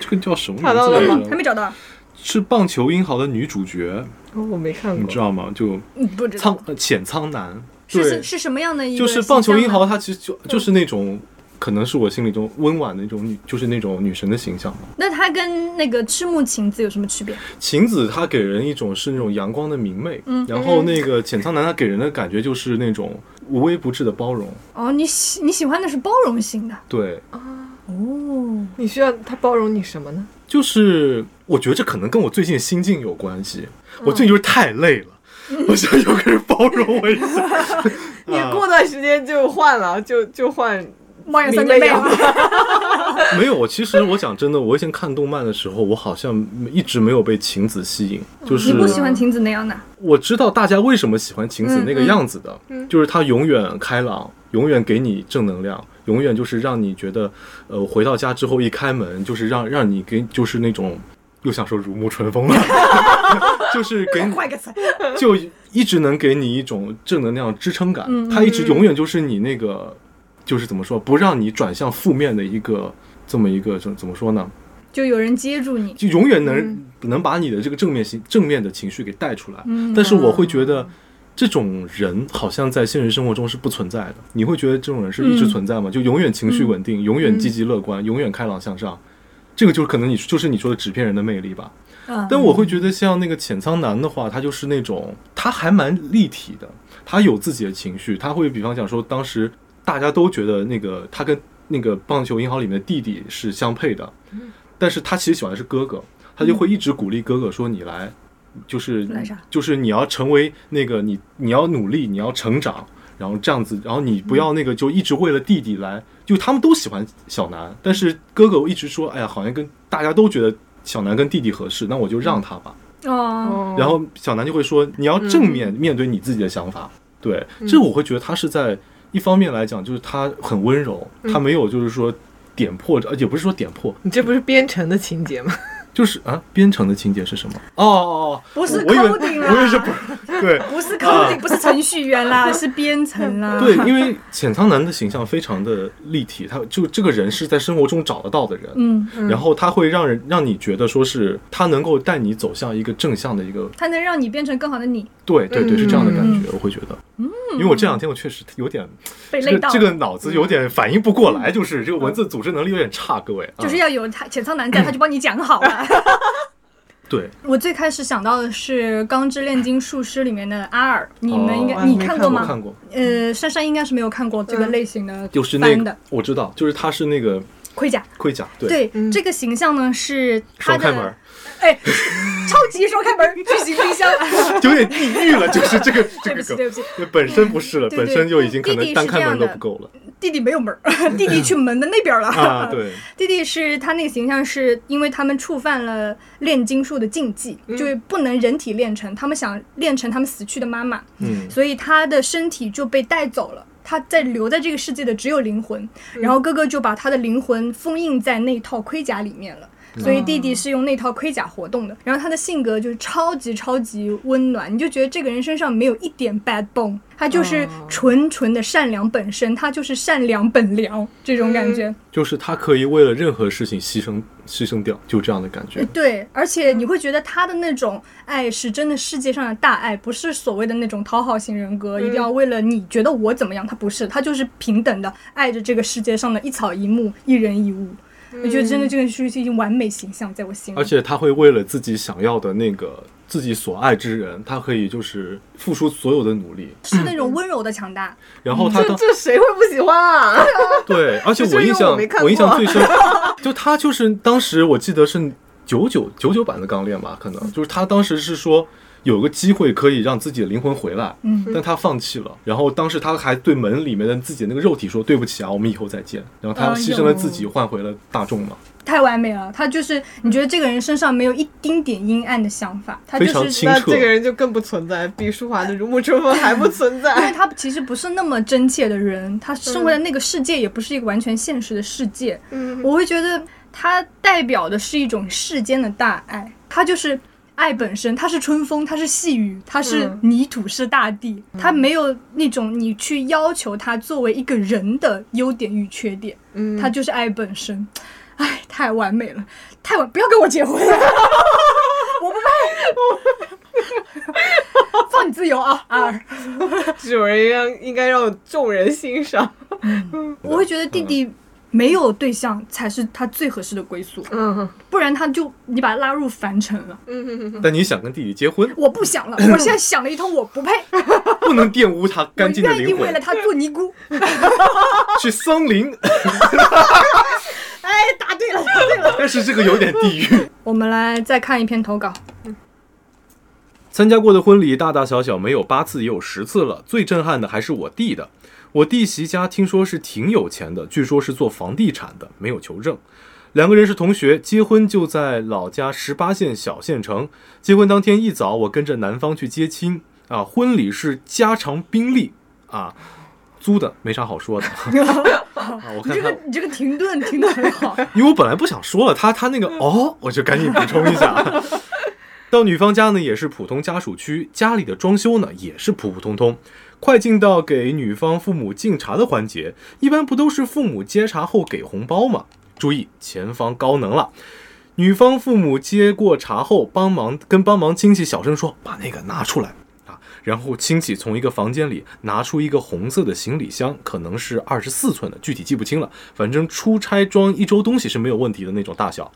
S3: 这个叫什么
S1: 查
S3: 名
S1: 到
S3: 字
S1: 了
S3: 来
S1: 吗
S2: 还
S3: 着？
S2: 没找到，
S3: 是棒球英豪的女主角，
S1: 哦，我没看
S3: 你
S1: 过
S3: 知。道吗？就
S2: 嗯不知
S3: 苍
S2: 道
S3: 呃浅苍男，对
S2: 是，是什么样的一
S3: 就
S2: 个形象
S3: 是
S2: 呢？嗯
S3: 棒球英豪，他其实就就是那种。可能是我心里中温婉的那种女，就是那种女神的形象吧。
S2: 那他跟那个赤木晴子有什么区别？
S3: 晴子她给人一种是那种阳光的明媚，
S2: 嗯
S3: 然后那个浅仓男他给人的感觉就是那种无微不至的包容，
S2: 哦，你喜你喜欢的是包容型的
S3: 对，
S2: 哦。
S1: 你需要他包容你什么呢？
S3: 就是我觉得这可能跟我最近心境有关系，
S2: 嗯
S3: 我最近就是太累了，我想有个人包容我一 下。啊
S1: 你过段时间就换了，就就换
S2: 猫眼三姐妹
S1: 明媚
S2: 啊，
S3: 没有，我其实我讲真的，我以前看动漫的时候，我好像一直没有被晴子吸引，就是
S2: 你不喜欢晴子那样的？嗯
S3: 我知道大家为什么喜欢晴子那个样子的，就是她永远开朗，永远给你正能量，永远就是让你觉得，呃，回到家之后一开门，就是让让你给就是那种又想说如沐春风 了，就是给你
S2: 换个词，
S3: 就一直能给你一种正能量支撑感
S2: 嗯，
S3: 它一直永远就是你那个，就是怎么说，不让你转向负面的一个这么一个怎怎么说呢？
S2: 就有人接住你。
S3: 就永远能、能把你的这个正面情正面的情绪给带出来。
S2: 嗯
S3: 但是我会觉得。这种人好像在现实生活中是不存在的，你会觉得这种人是一直
S2: 嗯
S3: 存在吗？就永远情绪稳定，永远积极乐观，永远开朗向上，这个就是可能你就是你说的纸片人的魅力吧。
S2: 嗯
S3: 但我会觉得像那个浅仓男的话，他就是那种他还蛮立体的，他有自己的情绪，他会比方讲说，当时大家都觉得那个他跟那个棒球银行里面的弟弟是相配的，但是他其实喜欢的是哥哥，他就会一直鼓励哥哥说你来，就是
S2: 嗯来啥
S3: 就是你要成为那个你你要努力，你要成长。然后这样子，然后你不要那个，就一直为了弟弟来，就他们都喜欢小南，但是哥哥一直说，哎呀，好像跟大家都觉得小南跟弟弟合适，那我就让他吧。
S2: 哦，
S1: 哦
S3: 然后小南就会说，你要正面
S2: 嗯
S3: 面对你自己的想法。对，这我会觉得他是在一方面来讲，就是他很温柔，
S2: 嗯
S3: 他没有就是说点破，呃也不是说点破，
S1: 你这不是编程的情节吗？
S3: 就是啊，编程的情节是什么？哦哦哦，
S2: 不是
S3: 我我以为
S2: coding 啊啦
S3: 我以为是不，对，
S2: 不是 coding，不是程序员啦， 是编程啦。
S3: 啊对，因为浅仓男的形象非常的立体，他就这个人是在生活中找得到的人，
S2: 嗯，
S3: 然后他会让人让你觉得说是他能够带你走向一个正向的一个，
S2: 它能让你变成更好的你，
S3: 对对对，是这样的感
S2: 嗯
S3: 觉，我会觉得，因为我这两天我确实有点
S2: 被
S3: 这
S2: 累
S3: 个
S2: 到了。
S3: 这个脑子有点反应不过来，就是这个文字组织能力有点差，各位，
S2: 就是
S3: 啊
S2: 要有他浅仓 男在，他就帮你讲好了。
S3: 对，
S2: 我最开始想到的是《钢之炼金术师》里面的阿尔，你们应该、
S3: 哦
S2: 你
S3: 没看
S2: 过
S3: 看
S2: 吗？
S3: 过，
S2: 呃，珊珊应该是没有看过这个类型的
S3: 嗯就是那
S2: 番
S3: 个
S2: 的
S3: 我知道，就是他是那个
S2: 盔甲。
S3: 盔甲，
S2: 对，这个形象呢是他
S3: 双
S2: 的
S3: 开门儿，
S2: 哎，超级双开门 儿，巨型冰箱。
S3: 有点地狱了，就是这个 这
S2: 对不
S3: 个
S2: 起，
S3: 梗
S2: 对不起，
S3: 对本身不是了，
S2: 对
S3: 本身就已经可
S2: 弟弟
S3: 能
S2: 是
S3: 单开门
S2: 这
S3: 都
S2: 样的
S3: 不够了
S2: 弟弟没有门儿， 弟弟去门的那边儿了。
S3: 啊！对，
S2: 弟弟是他那个形象，是因为他们触犯了炼金术的禁忌，就是不能人体炼成，他们想炼成他们死去的妈妈，
S3: 嗯，
S2: 所以他的身体就被带走了。他在留在这个世界的只有灵魂，然后哥哥就把他的灵魂封印在那套盔甲里面了。所以弟弟是用那套盔甲活动的，然后他的性格就是超级超级温暖，你就觉得这个人身上没有一点 bad bone，他就是纯纯的善良本身，他就是善良本良这种感觉。
S3: 就是他可以为了任何事情牺牲牺牲掉，就这样的感觉。
S2: 对，而且你会觉得他的那种爱是真的世界上的大爱，不是所谓的那种讨好型人格，一定要为了你觉得我怎么样，他不是，他就是平等的爱着这个世界上的一草一木、一人一物。我觉得真的这个是一种完美形象，在我心里。
S3: 而且他会为了自己想要的那个自己所爱之人，他可以就是付出所有的努力。
S2: 是那
S3: 嗯
S2: 种温柔的强大，
S3: 然后他
S1: 这
S3: 当
S1: 这谁会不喜欢啊？
S3: 对，而且
S1: 这
S3: 我印
S1: 因为
S3: 象
S1: 我没看
S3: 印象
S1: 过
S3: 最深，就他就是当时我记得是九九九九版的钢炼吧，可能就是他当时是说有个机会可以让自己的灵魂回来，
S2: 嗯，
S3: 但他放弃了。然后当时他还对门里面的自己那个肉体说对不起啊，我们以后再见。然后他
S2: 哎
S3: 牺牲了自
S2: 呦
S3: 己换回了大众嘛，
S2: 太完美了。他就是你觉得这个人身上没有一丁点阴暗的想法，他就
S3: 非常
S2: 是
S3: 清
S1: 那
S3: 澈
S1: 这。个人就更不存在，比舒华的《如沐春风》还不存
S2: 因为
S1: 在。
S2: 他其实不是那么真切的人，他生活在那个世界也不是一个完全现实的世界。
S1: 嗯
S2: 我会觉得他代表的是一种世间的大爱，他就是爱本身，它是春风，它是细雨，它是
S1: 嗯
S2: 泥土，是大地，它没有那种你去要求他作为一个人的优点与缺点，
S1: 嗯
S2: 他就是爱本身。哎，太完美了，太完，不要跟我结婚。 我不配， 放你自由啊，阿尔。
S1: 这种人应该应该让众人欣赏。
S2: 我会觉得弟弟
S3: 嗯
S2: 没有对象才是他最合适的归宿，
S1: 嗯
S2: 不然他就你把他拉入凡尘 了。
S1: 嗯，
S3: 但你想跟弟弟结婚，
S2: 我不 想了，我现在想了一通，我不配，
S3: 不能玷污他
S2: 我
S3: 干净的
S2: 愿意
S3: 灵
S2: 为
S3: 魂
S2: 了，他做尼姑。
S3: 去桑林。
S2: 哎，答对了，答对了。
S3: 但是这个有点地狱。
S2: 我们来再看一篇投稿，
S3: 参加过的婚礼大大小小没有八次也有十次了，最震撼的还是我弟的。我弟媳家听说是挺有钱的，据说是做房地产的，没有求证。两个人是同学，结婚就在老家十八线小县城。结婚当天一早，我跟着男方去接亲啊，婚礼是家常宾利啊，租的，没啥好说的。啊，我
S2: 你这
S3: 看
S2: 个
S3: 看，
S2: 你这个停顿停的很 好，
S3: 因为我本来不想说了，他他那个哦，我就赶紧补充一下。 到女方家呢，也是普通家属区，家里的装修呢也是普普通通。快进到给女方父母敬茶的环节，一般不都是父母接茶后给红包吗？注意，前方高能了。女方父母接过茶后，帮忙跟帮忙亲戚小声说：“把那个拿出来啊！”然后亲戚从一个房间里拿出一个红色的行李箱，可能是二十四寸的，具体记不清了。反正出差装一周东西是没有问题的那种大小，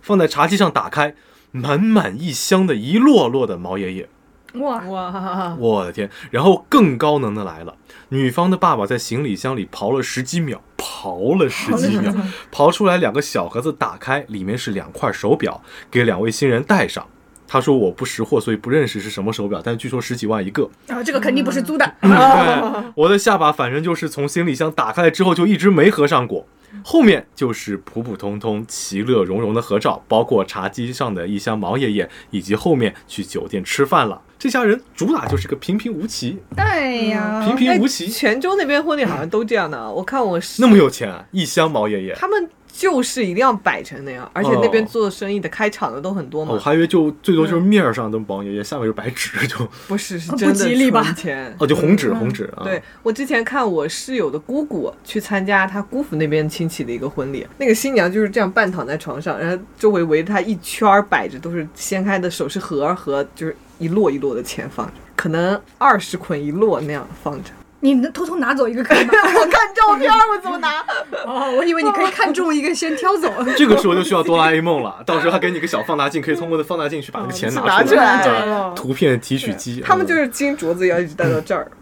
S3: 放在茶几上打开，满满一箱的一摞摞的毛爷爷。
S2: 哇，
S1: 哇，
S3: 我的天！然后更高能的来了，女方的爸爸在行李箱里刨了十几秒，刨了十几秒，刨出来两个小盒子，打开里面是两块手表，给两位新人戴上。他说我不识货，所以不认识是什么手表，但据说十几万一个。
S2: 然后这个肯定不是租 的，
S1: 哦
S3: 对，我的下巴反正就是从行李箱打开来之后就一直没合上过。后面就是普普通通、其乐融融的合照，包括茶几上的一箱毛爷爷，以及后面去酒店吃饭了。这家人主打就是个平平无奇，
S2: 哎
S1: 哦
S2: 呀，
S3: 平平无奇，
S1: 泉州那边婚礼好像都这样的啊，我看我
S3: 那么有钱啊！一箱毛爷爷，
S1: 他们就是一定要摆成那样，而且那边做生意的、开厂的都很多嘛。
S3: 我哦还以为就最多就是面儿上的毛爷爷，下面就是白纸，就
S1: 不是，
S3: 啊
S1: 是
S2: 不
S1: 真的
S2: 吉利吧
S1: 存钱
S3: 哦，就红纸红纸啊。
S1: 嗯对，我之前看我室友的姑姑去参加她姑父那边亲戚的一个婚礼，那个新娘就是这样半躺在床上，然后周围围着她一圈儿摆着都是掀开的首饰盒儿和就是一摞一摞的钱放着，可能二十捆一摞那样放着。
S2: 你能偷偷拿走一个可 以吗？
S1: 我看照片儿我怎么拿？
S3: 嗯
S2: 哦，我以为你可以看中一个先挑 走，
S3: 这个时候就需要哆啦 A 梦了，到时候他给你个小放大镜，可以通过放大镜去把那个 钱
S1: 拿
S3: 出
S1: 出
S3: 来。
S1: 来哦
S3: 啊图片提取机，
S1: 他们就
S3: 啊
S1: 是金镯子要一直戴到这
S3: 嗯
S1: 儿，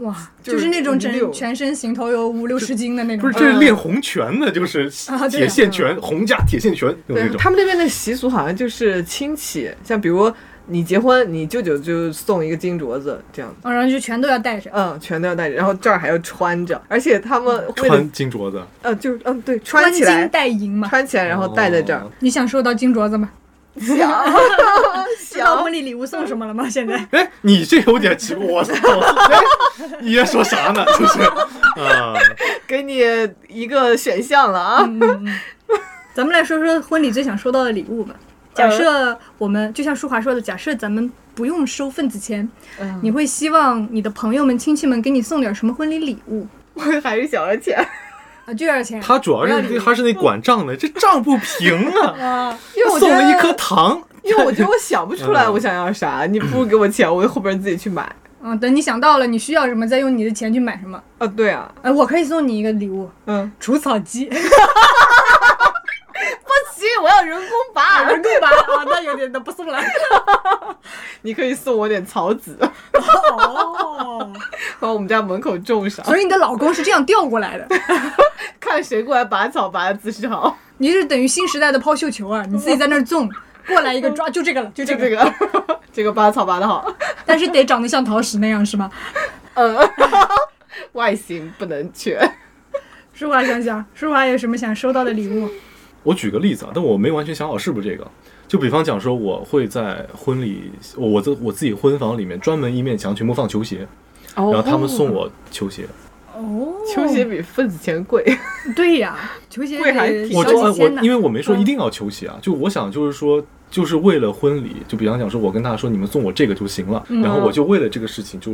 S2: 哇，
S1: 就是
S2: 就是那种整
S1: 六
S2: 全身行头有五六十斤的那
S3: 不
S2: 种
S3: 是，这是练红拳的，就是
S2: 嗯啊对
S3: 铁线拳、红架铁线拳有那
S1: 对
S3: 种。
S1: 他们那边的习俗好像就是亲戚，像比如你结婚，你舅舅就送一个金镯子这样子，
S2: 哦，然后就全都要带上，
S1: 嗯，全都要戴着，然后这儿还要穿着，而且他们为了
S3: 穿金镯子，
S1: 呃，就是嗯，对，
S2: 穿
S1: 穿起
S2: 金
S1: 来，
S2: 戴银嘛。
S1: 穿起来，然后戴在这儿
S3: 哦。。
S2: 你想收到金镯子吗？ 知道
S1: 想
S2: 婚礼礼物送什么了吗？现在
S3: 哎，你这有点奇怪，我我哎，你在说啥呢？就是啊，
S1: 给你一个选项了啊，
S2: 嗯咱们来说说婚礼最想收到的礼物吧。假设我们就像舒华说的，假设咱们不用收份子钱，
S1: 嗯
S2: 你会希望你的朋友们、亲戚们给你送点什么婚礼礼物
S1: 我还是想要钱，
S2: 啊？就点钱。
S3: 他主要是那他是那管账的，这账不平啊，
S2: 啊，
S1: 因为我觉
S3: 送了一颗
S1: 得，
S3: 糖，
S1: 因为我觉得我想不出来
S3: 嗯
S1: 我想要啥，你不如给我 钱，我后边自己去买。
S2: 嗯，等你想到了，你需要什么，再用你的钱去买什么。
S1: 啊，对啊，
S2: 哎，我可以送你一个礼物，
S1: 嗯，
S2: 除草机。
S1: 不行，我要人工拔，
S2: 人工吧？啊，那有点，那不送了。
S1: 你可以送我点草籽，
S2: 哦，
S1: 把我们家门口种上，
S2: 所以你的老公是这样调过来的，
S1: 看谁过来拔草拔的姿势好，
S2: 你是等于新时代的抛绣球啊，你自己在那儿纵。过来一个抓，就这个嗯了，就这
S1: 就
S2: 个了
S1: 这，个， 这个拔草拔的好，
S2: 但是得长得像陶石那样是吗？
S1: 嗯，外形不能缺，
S2: 舒华想想，舒华有什么想收到的礼物？
S3: 我举个例子啊，但我没完全想好是不是这个。就比方讲说，我会在婚礼，我我在我自己婚房里面专门一面墙全部放球鞋，
S1: 然
S3: 然后他们送我球鞋，
S2: 哦，
S1: 球鞋比份子钱贵，
S2: 对呀、球鞋
S1: 贵还
S2: 得
S1: 挺
S3: 我
S2: 小
S3: 就按
S2: 几
S3: 我
S2: 千呢
S3: 因。为我没
S2: 嗯
S3: 说一定要球鞋啊，就我想就是说，就是为了婚礼，就比方讲说，我跟大家说你们送我这个就行了，
S2: 嗯
S3: 然后我就为了这个事情就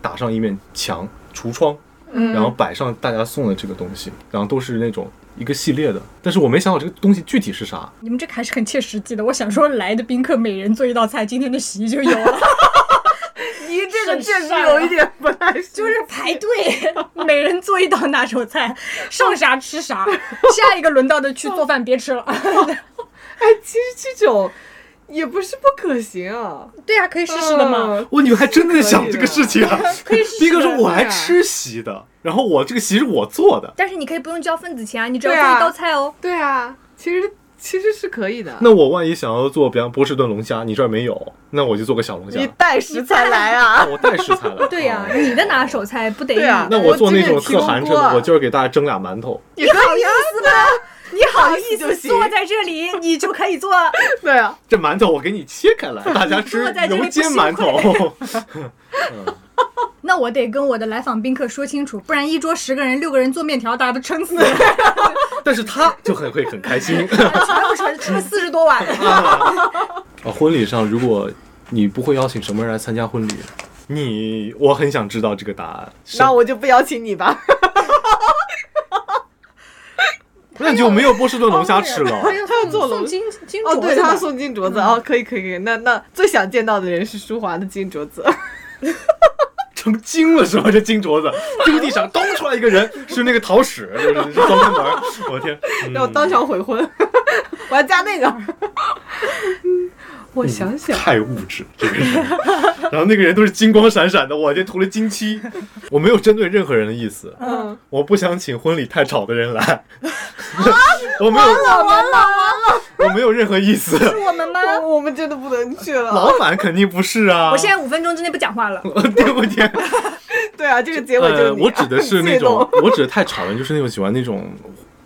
S3: 打上一面墙橱窗，
S2: 嗯
S3: 然后摆上大家送的这个东西，然后都是那种一个系列的，但是我没想好这个东西具体是啥，
S2: 你们这个还是很切实际的。我想说，来的宾客每人做一道菜，今天的席就有了，
S1: 你这
S2: 个确实有一
S1: 点不太
S2: 就
S1: 就是
S2: 排队，每人做一道拿手菜，上啥吃 啥。下一个轮到的去做饭，别吃了。
S1: 哎，其实这种也不是不可行啊，
S2: 对呀、可以试试的嘛。
S1: 嗯？
S3: 哇，你们还真的想这个事情啊？
S2: 可以试试。
S3: 逼哥说我来
S1: 对啊
S3: 吃席的，然后我这个席是我做的，
S2: 但是你可以不用交份子钱啊，你只要
S1: 对
S2: 做
S1: 啊
S2: 一道菜哦。
S1: 对啊，其实其实是可以的。
S3: 那我万一想要做，比方波士顿龙虾，你这儿没有，那我就做个小龙虾
S1: 你，带食材来啊？
S3: 我带食材 来。
S2: 对呀、
S3: 哦
S2: 你的拿手菜不得
S1: 对啊
S2: 你
S3: 那我做那种
S1: 我这
S3: 特
S1: 边
S3: 寒碜
S1: 提供过
S3: 的，我就是给大家蒸俩馒头。
S1: 你好意思吗？你好意
S2: 意
S1: 思就
S2: 思
S1: 行。
S2: 坐在这里，你就可以做。
S1: 对啊，
S3: 这馒头我给你切开来，大家吃
S2: 坐在这里
S3: 油
S2: 不
S3: 煎
S2: 羞愧
S3: 馒头。
S2: 那我得跟我的来访宾客说清楚，不然一桌十个人，六个人做面条，大家都撑死了，
S3: 但是他就很会很开 心。
S2: 全部吃吃了四十多碗。
S3: 啊，婚礼上如果你不会邀请什么人来参加婚礼，你我很想知道这个答案。
S1: 那我就不邀请你吧。
S3: 那就没有波士顿龙虾吃了。
S1: 他要做
S2: 送
S1: 龙
S2: 金 金
S1: 哦，对，
S2: 镯子
S1: 他
S2: 吧
S1: 要送金镯子哦，可以可以可以。那那最想见到的人是舒华的金镯子，
S3: 成精了是吧？这金镯子丢地上，咚出来一个人，是那个桃矢，就是是双面门儿。我天， 嗯
S1: 让我当场悔婚，我要加那个。嗯我想想，
S3: 太物质这个人， 然后那个人都是金光闪闪的，我天，涂了金漆。我没有针对任何人的意思，
S1: 嗯，
S3: 我不想请婚礼太吵的人来。 我没有，
S2: 啊完了完了，
S3: 我没有任何意思。
S2: 是我们吗？
S1: 我我们真的不能去了。
S3: 老板肯定不是啊。
S2: 我现在五分钟之内不讲话 了。
S3: 我天，我天。
S1: 对啊，这个结果就是
S3: 呃，
S1: 你
S3: 我指的是 那
S1: 自己
S3: 种
S1: 弄，
S3: 我指的太吵人，就是那种喜欢那种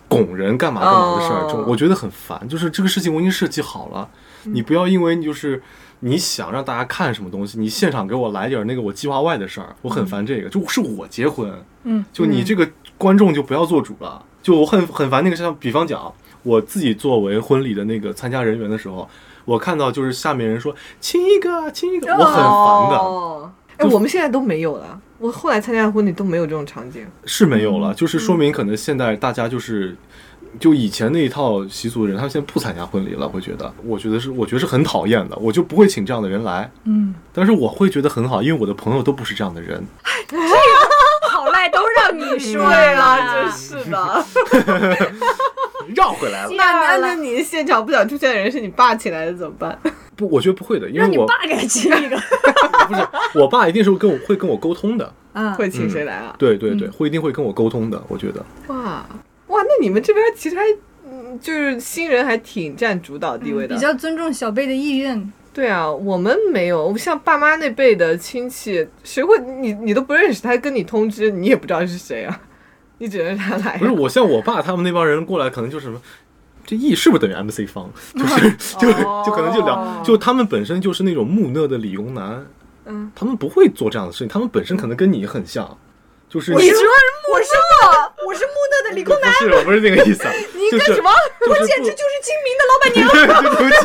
S3: 拱人干嘛干嘛的事儿，
S1: 哦
S3: 这种我觉得很烦。就是这个事情我已经设计好了，
S1: 嗯
S3: 你不要因为你就是你想让大家看什么东西，你现场给我来点儿那个我计划外的事儿，我
S1: 嗯
S3: 很烦这个。就是我结婚，
S2: 嗯，
S3: 就你这个观众就不要做主了，就我很很烦那个像比方讲，我自己作为婚礼的那个参加人员的时候。我看到就是下面人说亲一个亲一个，我很烦的。
S1: 哦哎，我们现在都没有了。我后来参加的婚礼都没有这种场景。
S3: 是没有
S2: 嗯
S3: 了，就是说明可能现在大家就是。就以前那一套习俗的人，他们现在不参加婚礼了，会觉得，我觉得是，我觉得是很讨厌的，我就不会请这样的人来。
S2: 嗯，
S3: 但是我会觉得很好，因为我的朋友都不是这样的人。
S2: 好赖都让你 说
S1: 对啊，
S2: 了
S1: 真是的。
S3: 绕回来了，
S1: 那那那你现场不想出现的人是你爸请来的怎么办？
S3: 不，我觉得不会的，因
S2: 让
S3: 为
S2: 你
S3: 我
S2: 爸给他吃一 个。
S3: 不是我爸，一定是会跟我会跟我沟通的。
S2: 嗯，
S1: 会请谁来啊？
S3: 对对对，会一定会跟我沟通的。我觉得
S1: 哇哇，那你们这边其实还。嗯，就是新人还挺占主导地位的，
S2: 比较尊重小贝的意愿。
S1: 对啊，我们没有，我们像爸妈那辈的亲戚，谁会你你都不认识，他跟你通知，你也不知道是谁啊，你只能让他
S2: 哎
S1: 来啊。
S3: 不是我像我爸他们那帮人过来，可能就是什么。这 E 是不是等于 MC 方？ 就是
S2: 嗯
S3: 就是就可能就
S1: 哦
S3: 聊，就他们本身就是那种木讷的理工男，
S1: 嗯，
S3: 他们不会做这样的事情，他们本身可能跟你很像，就是
S2: 你说我是我，我是木讷的理工男，
S3: 不是我不是那个意思啊，
S2: 你
S3: 就
S2: 干
S3: 是
S2: 什么？
S3: 就
S2: 我
S3: 是不
S2: 简直就是精明的老板娘。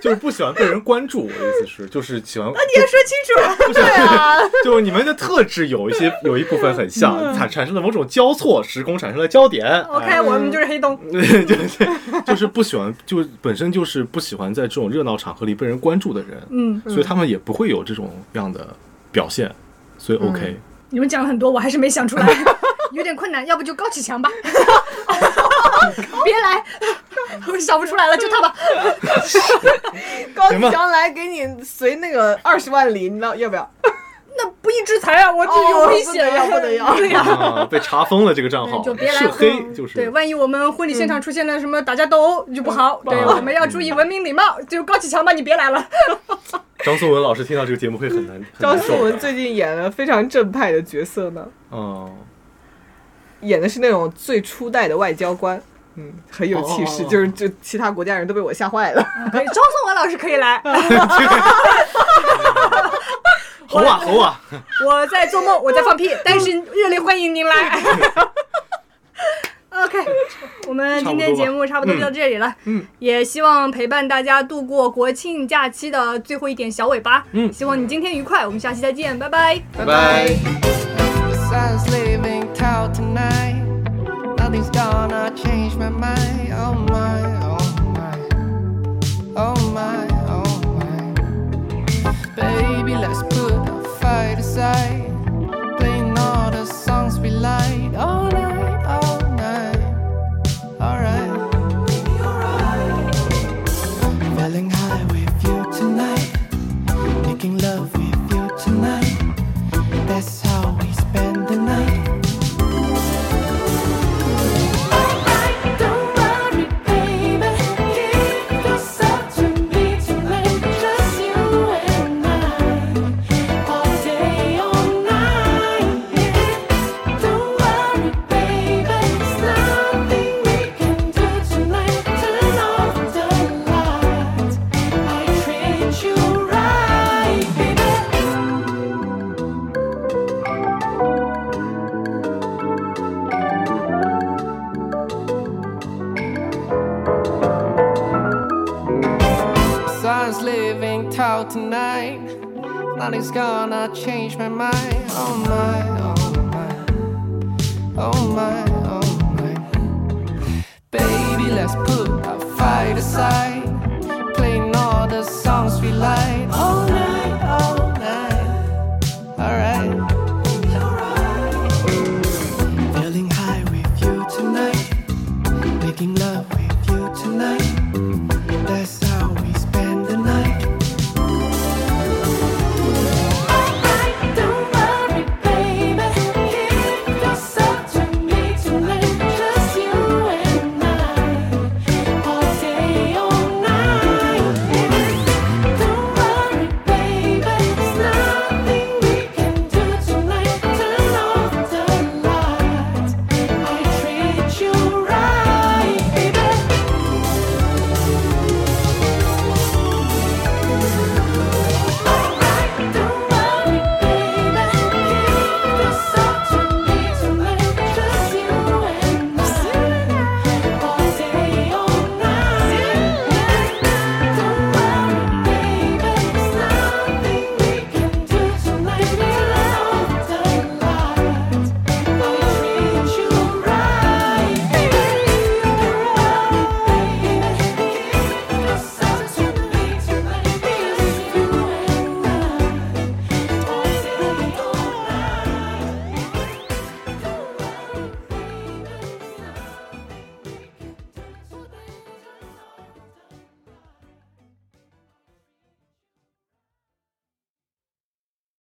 S3: 对不起啊，就是不喜欢被人关注。我的意思是，就是喜欢
S2: 你也说啊清楚。
S3: 不想， 就是你们的特质有一些有一部分很像，产产生了某种交错，时空产生了交点。
S2: 嗯
S3: 哎
S2: OK，我哦们就是黑洞。
S3: 对对对，就是不喜欢，就本身就是不喜欢在这种热闹场合里被人关注的人，
S2: 嗯，
S3: 所以他们也不会有这种样的表现，所以
S2: 嗯
S3: OK。
S2: 你们讲了很多，我还是没想出来， 有点困难。要不就高启强 吧，别来， 我想不出来了，就他吧。
S1: 高
S3: 行
S1: 启
S3: 吧
S1: 强来给你随那个二十万里，你知道要不要？
S2: 那不义之财啊，我
S1: 哦
S2: 有危险啊，
S1: 不能要不能要
S2: 对呀、
S3: 啊，被查封了这个账号，
S2: 就别来
S3: 涉黑
S2: 嗯
S3: 就是
S2: 对，万一我们婚礼
S1: 嗯
S2: 现场出现了什么打架斗殴就不好。对，
S3: 嗯
S2: 我们要注意文明礼貌。就高启强吧，你别来了。
S1: 嗯
S3: 张颂文老师听到这个节目会很难。很
S1: 张
S3: 难受
S1: 颂文最近演了非常正派的角色呢，
S3: 哦，
S1: 演的是那种最初代的外交官，嗯，很有气势，
S3: 哦
S1: 就是就其他国家人都被我吓坏了。
S2: 可以，张颂文老师可 以来。
S3: 吼啊吼啊！
S2: 我在做梦，我在放屁，但是
S1: 嗯
S2: 热烈欢迎您来。OK，我们今天节目差不多就到这里了。
S3: 嗯，
S2: 也希望陪伴大家度过国庆假期的最后一点小尾巴。
S3: 嗯
S2: 希望你今天愉快，我们下期再见，拜拜。
S3: 拜拜。
S4: The sun's leaving town tonight. Nothing's gonna change my mind. Oh my, oh my, oh my, oh my. Baby, let's put our fight aside. Playing all the songs we like all night, all night. Alright. Feeling high with you tonight. Making love with you tonight. That's how we spend the night.
S5: Don't worry, baby. Give yourself to me tonight, just you and I, all day, all night.
S4: tonight. Nothing's gonna change my mind. Oh my, oh my, oh my, oh my. Baby, let's put our fight aside. Playing all the songs we like.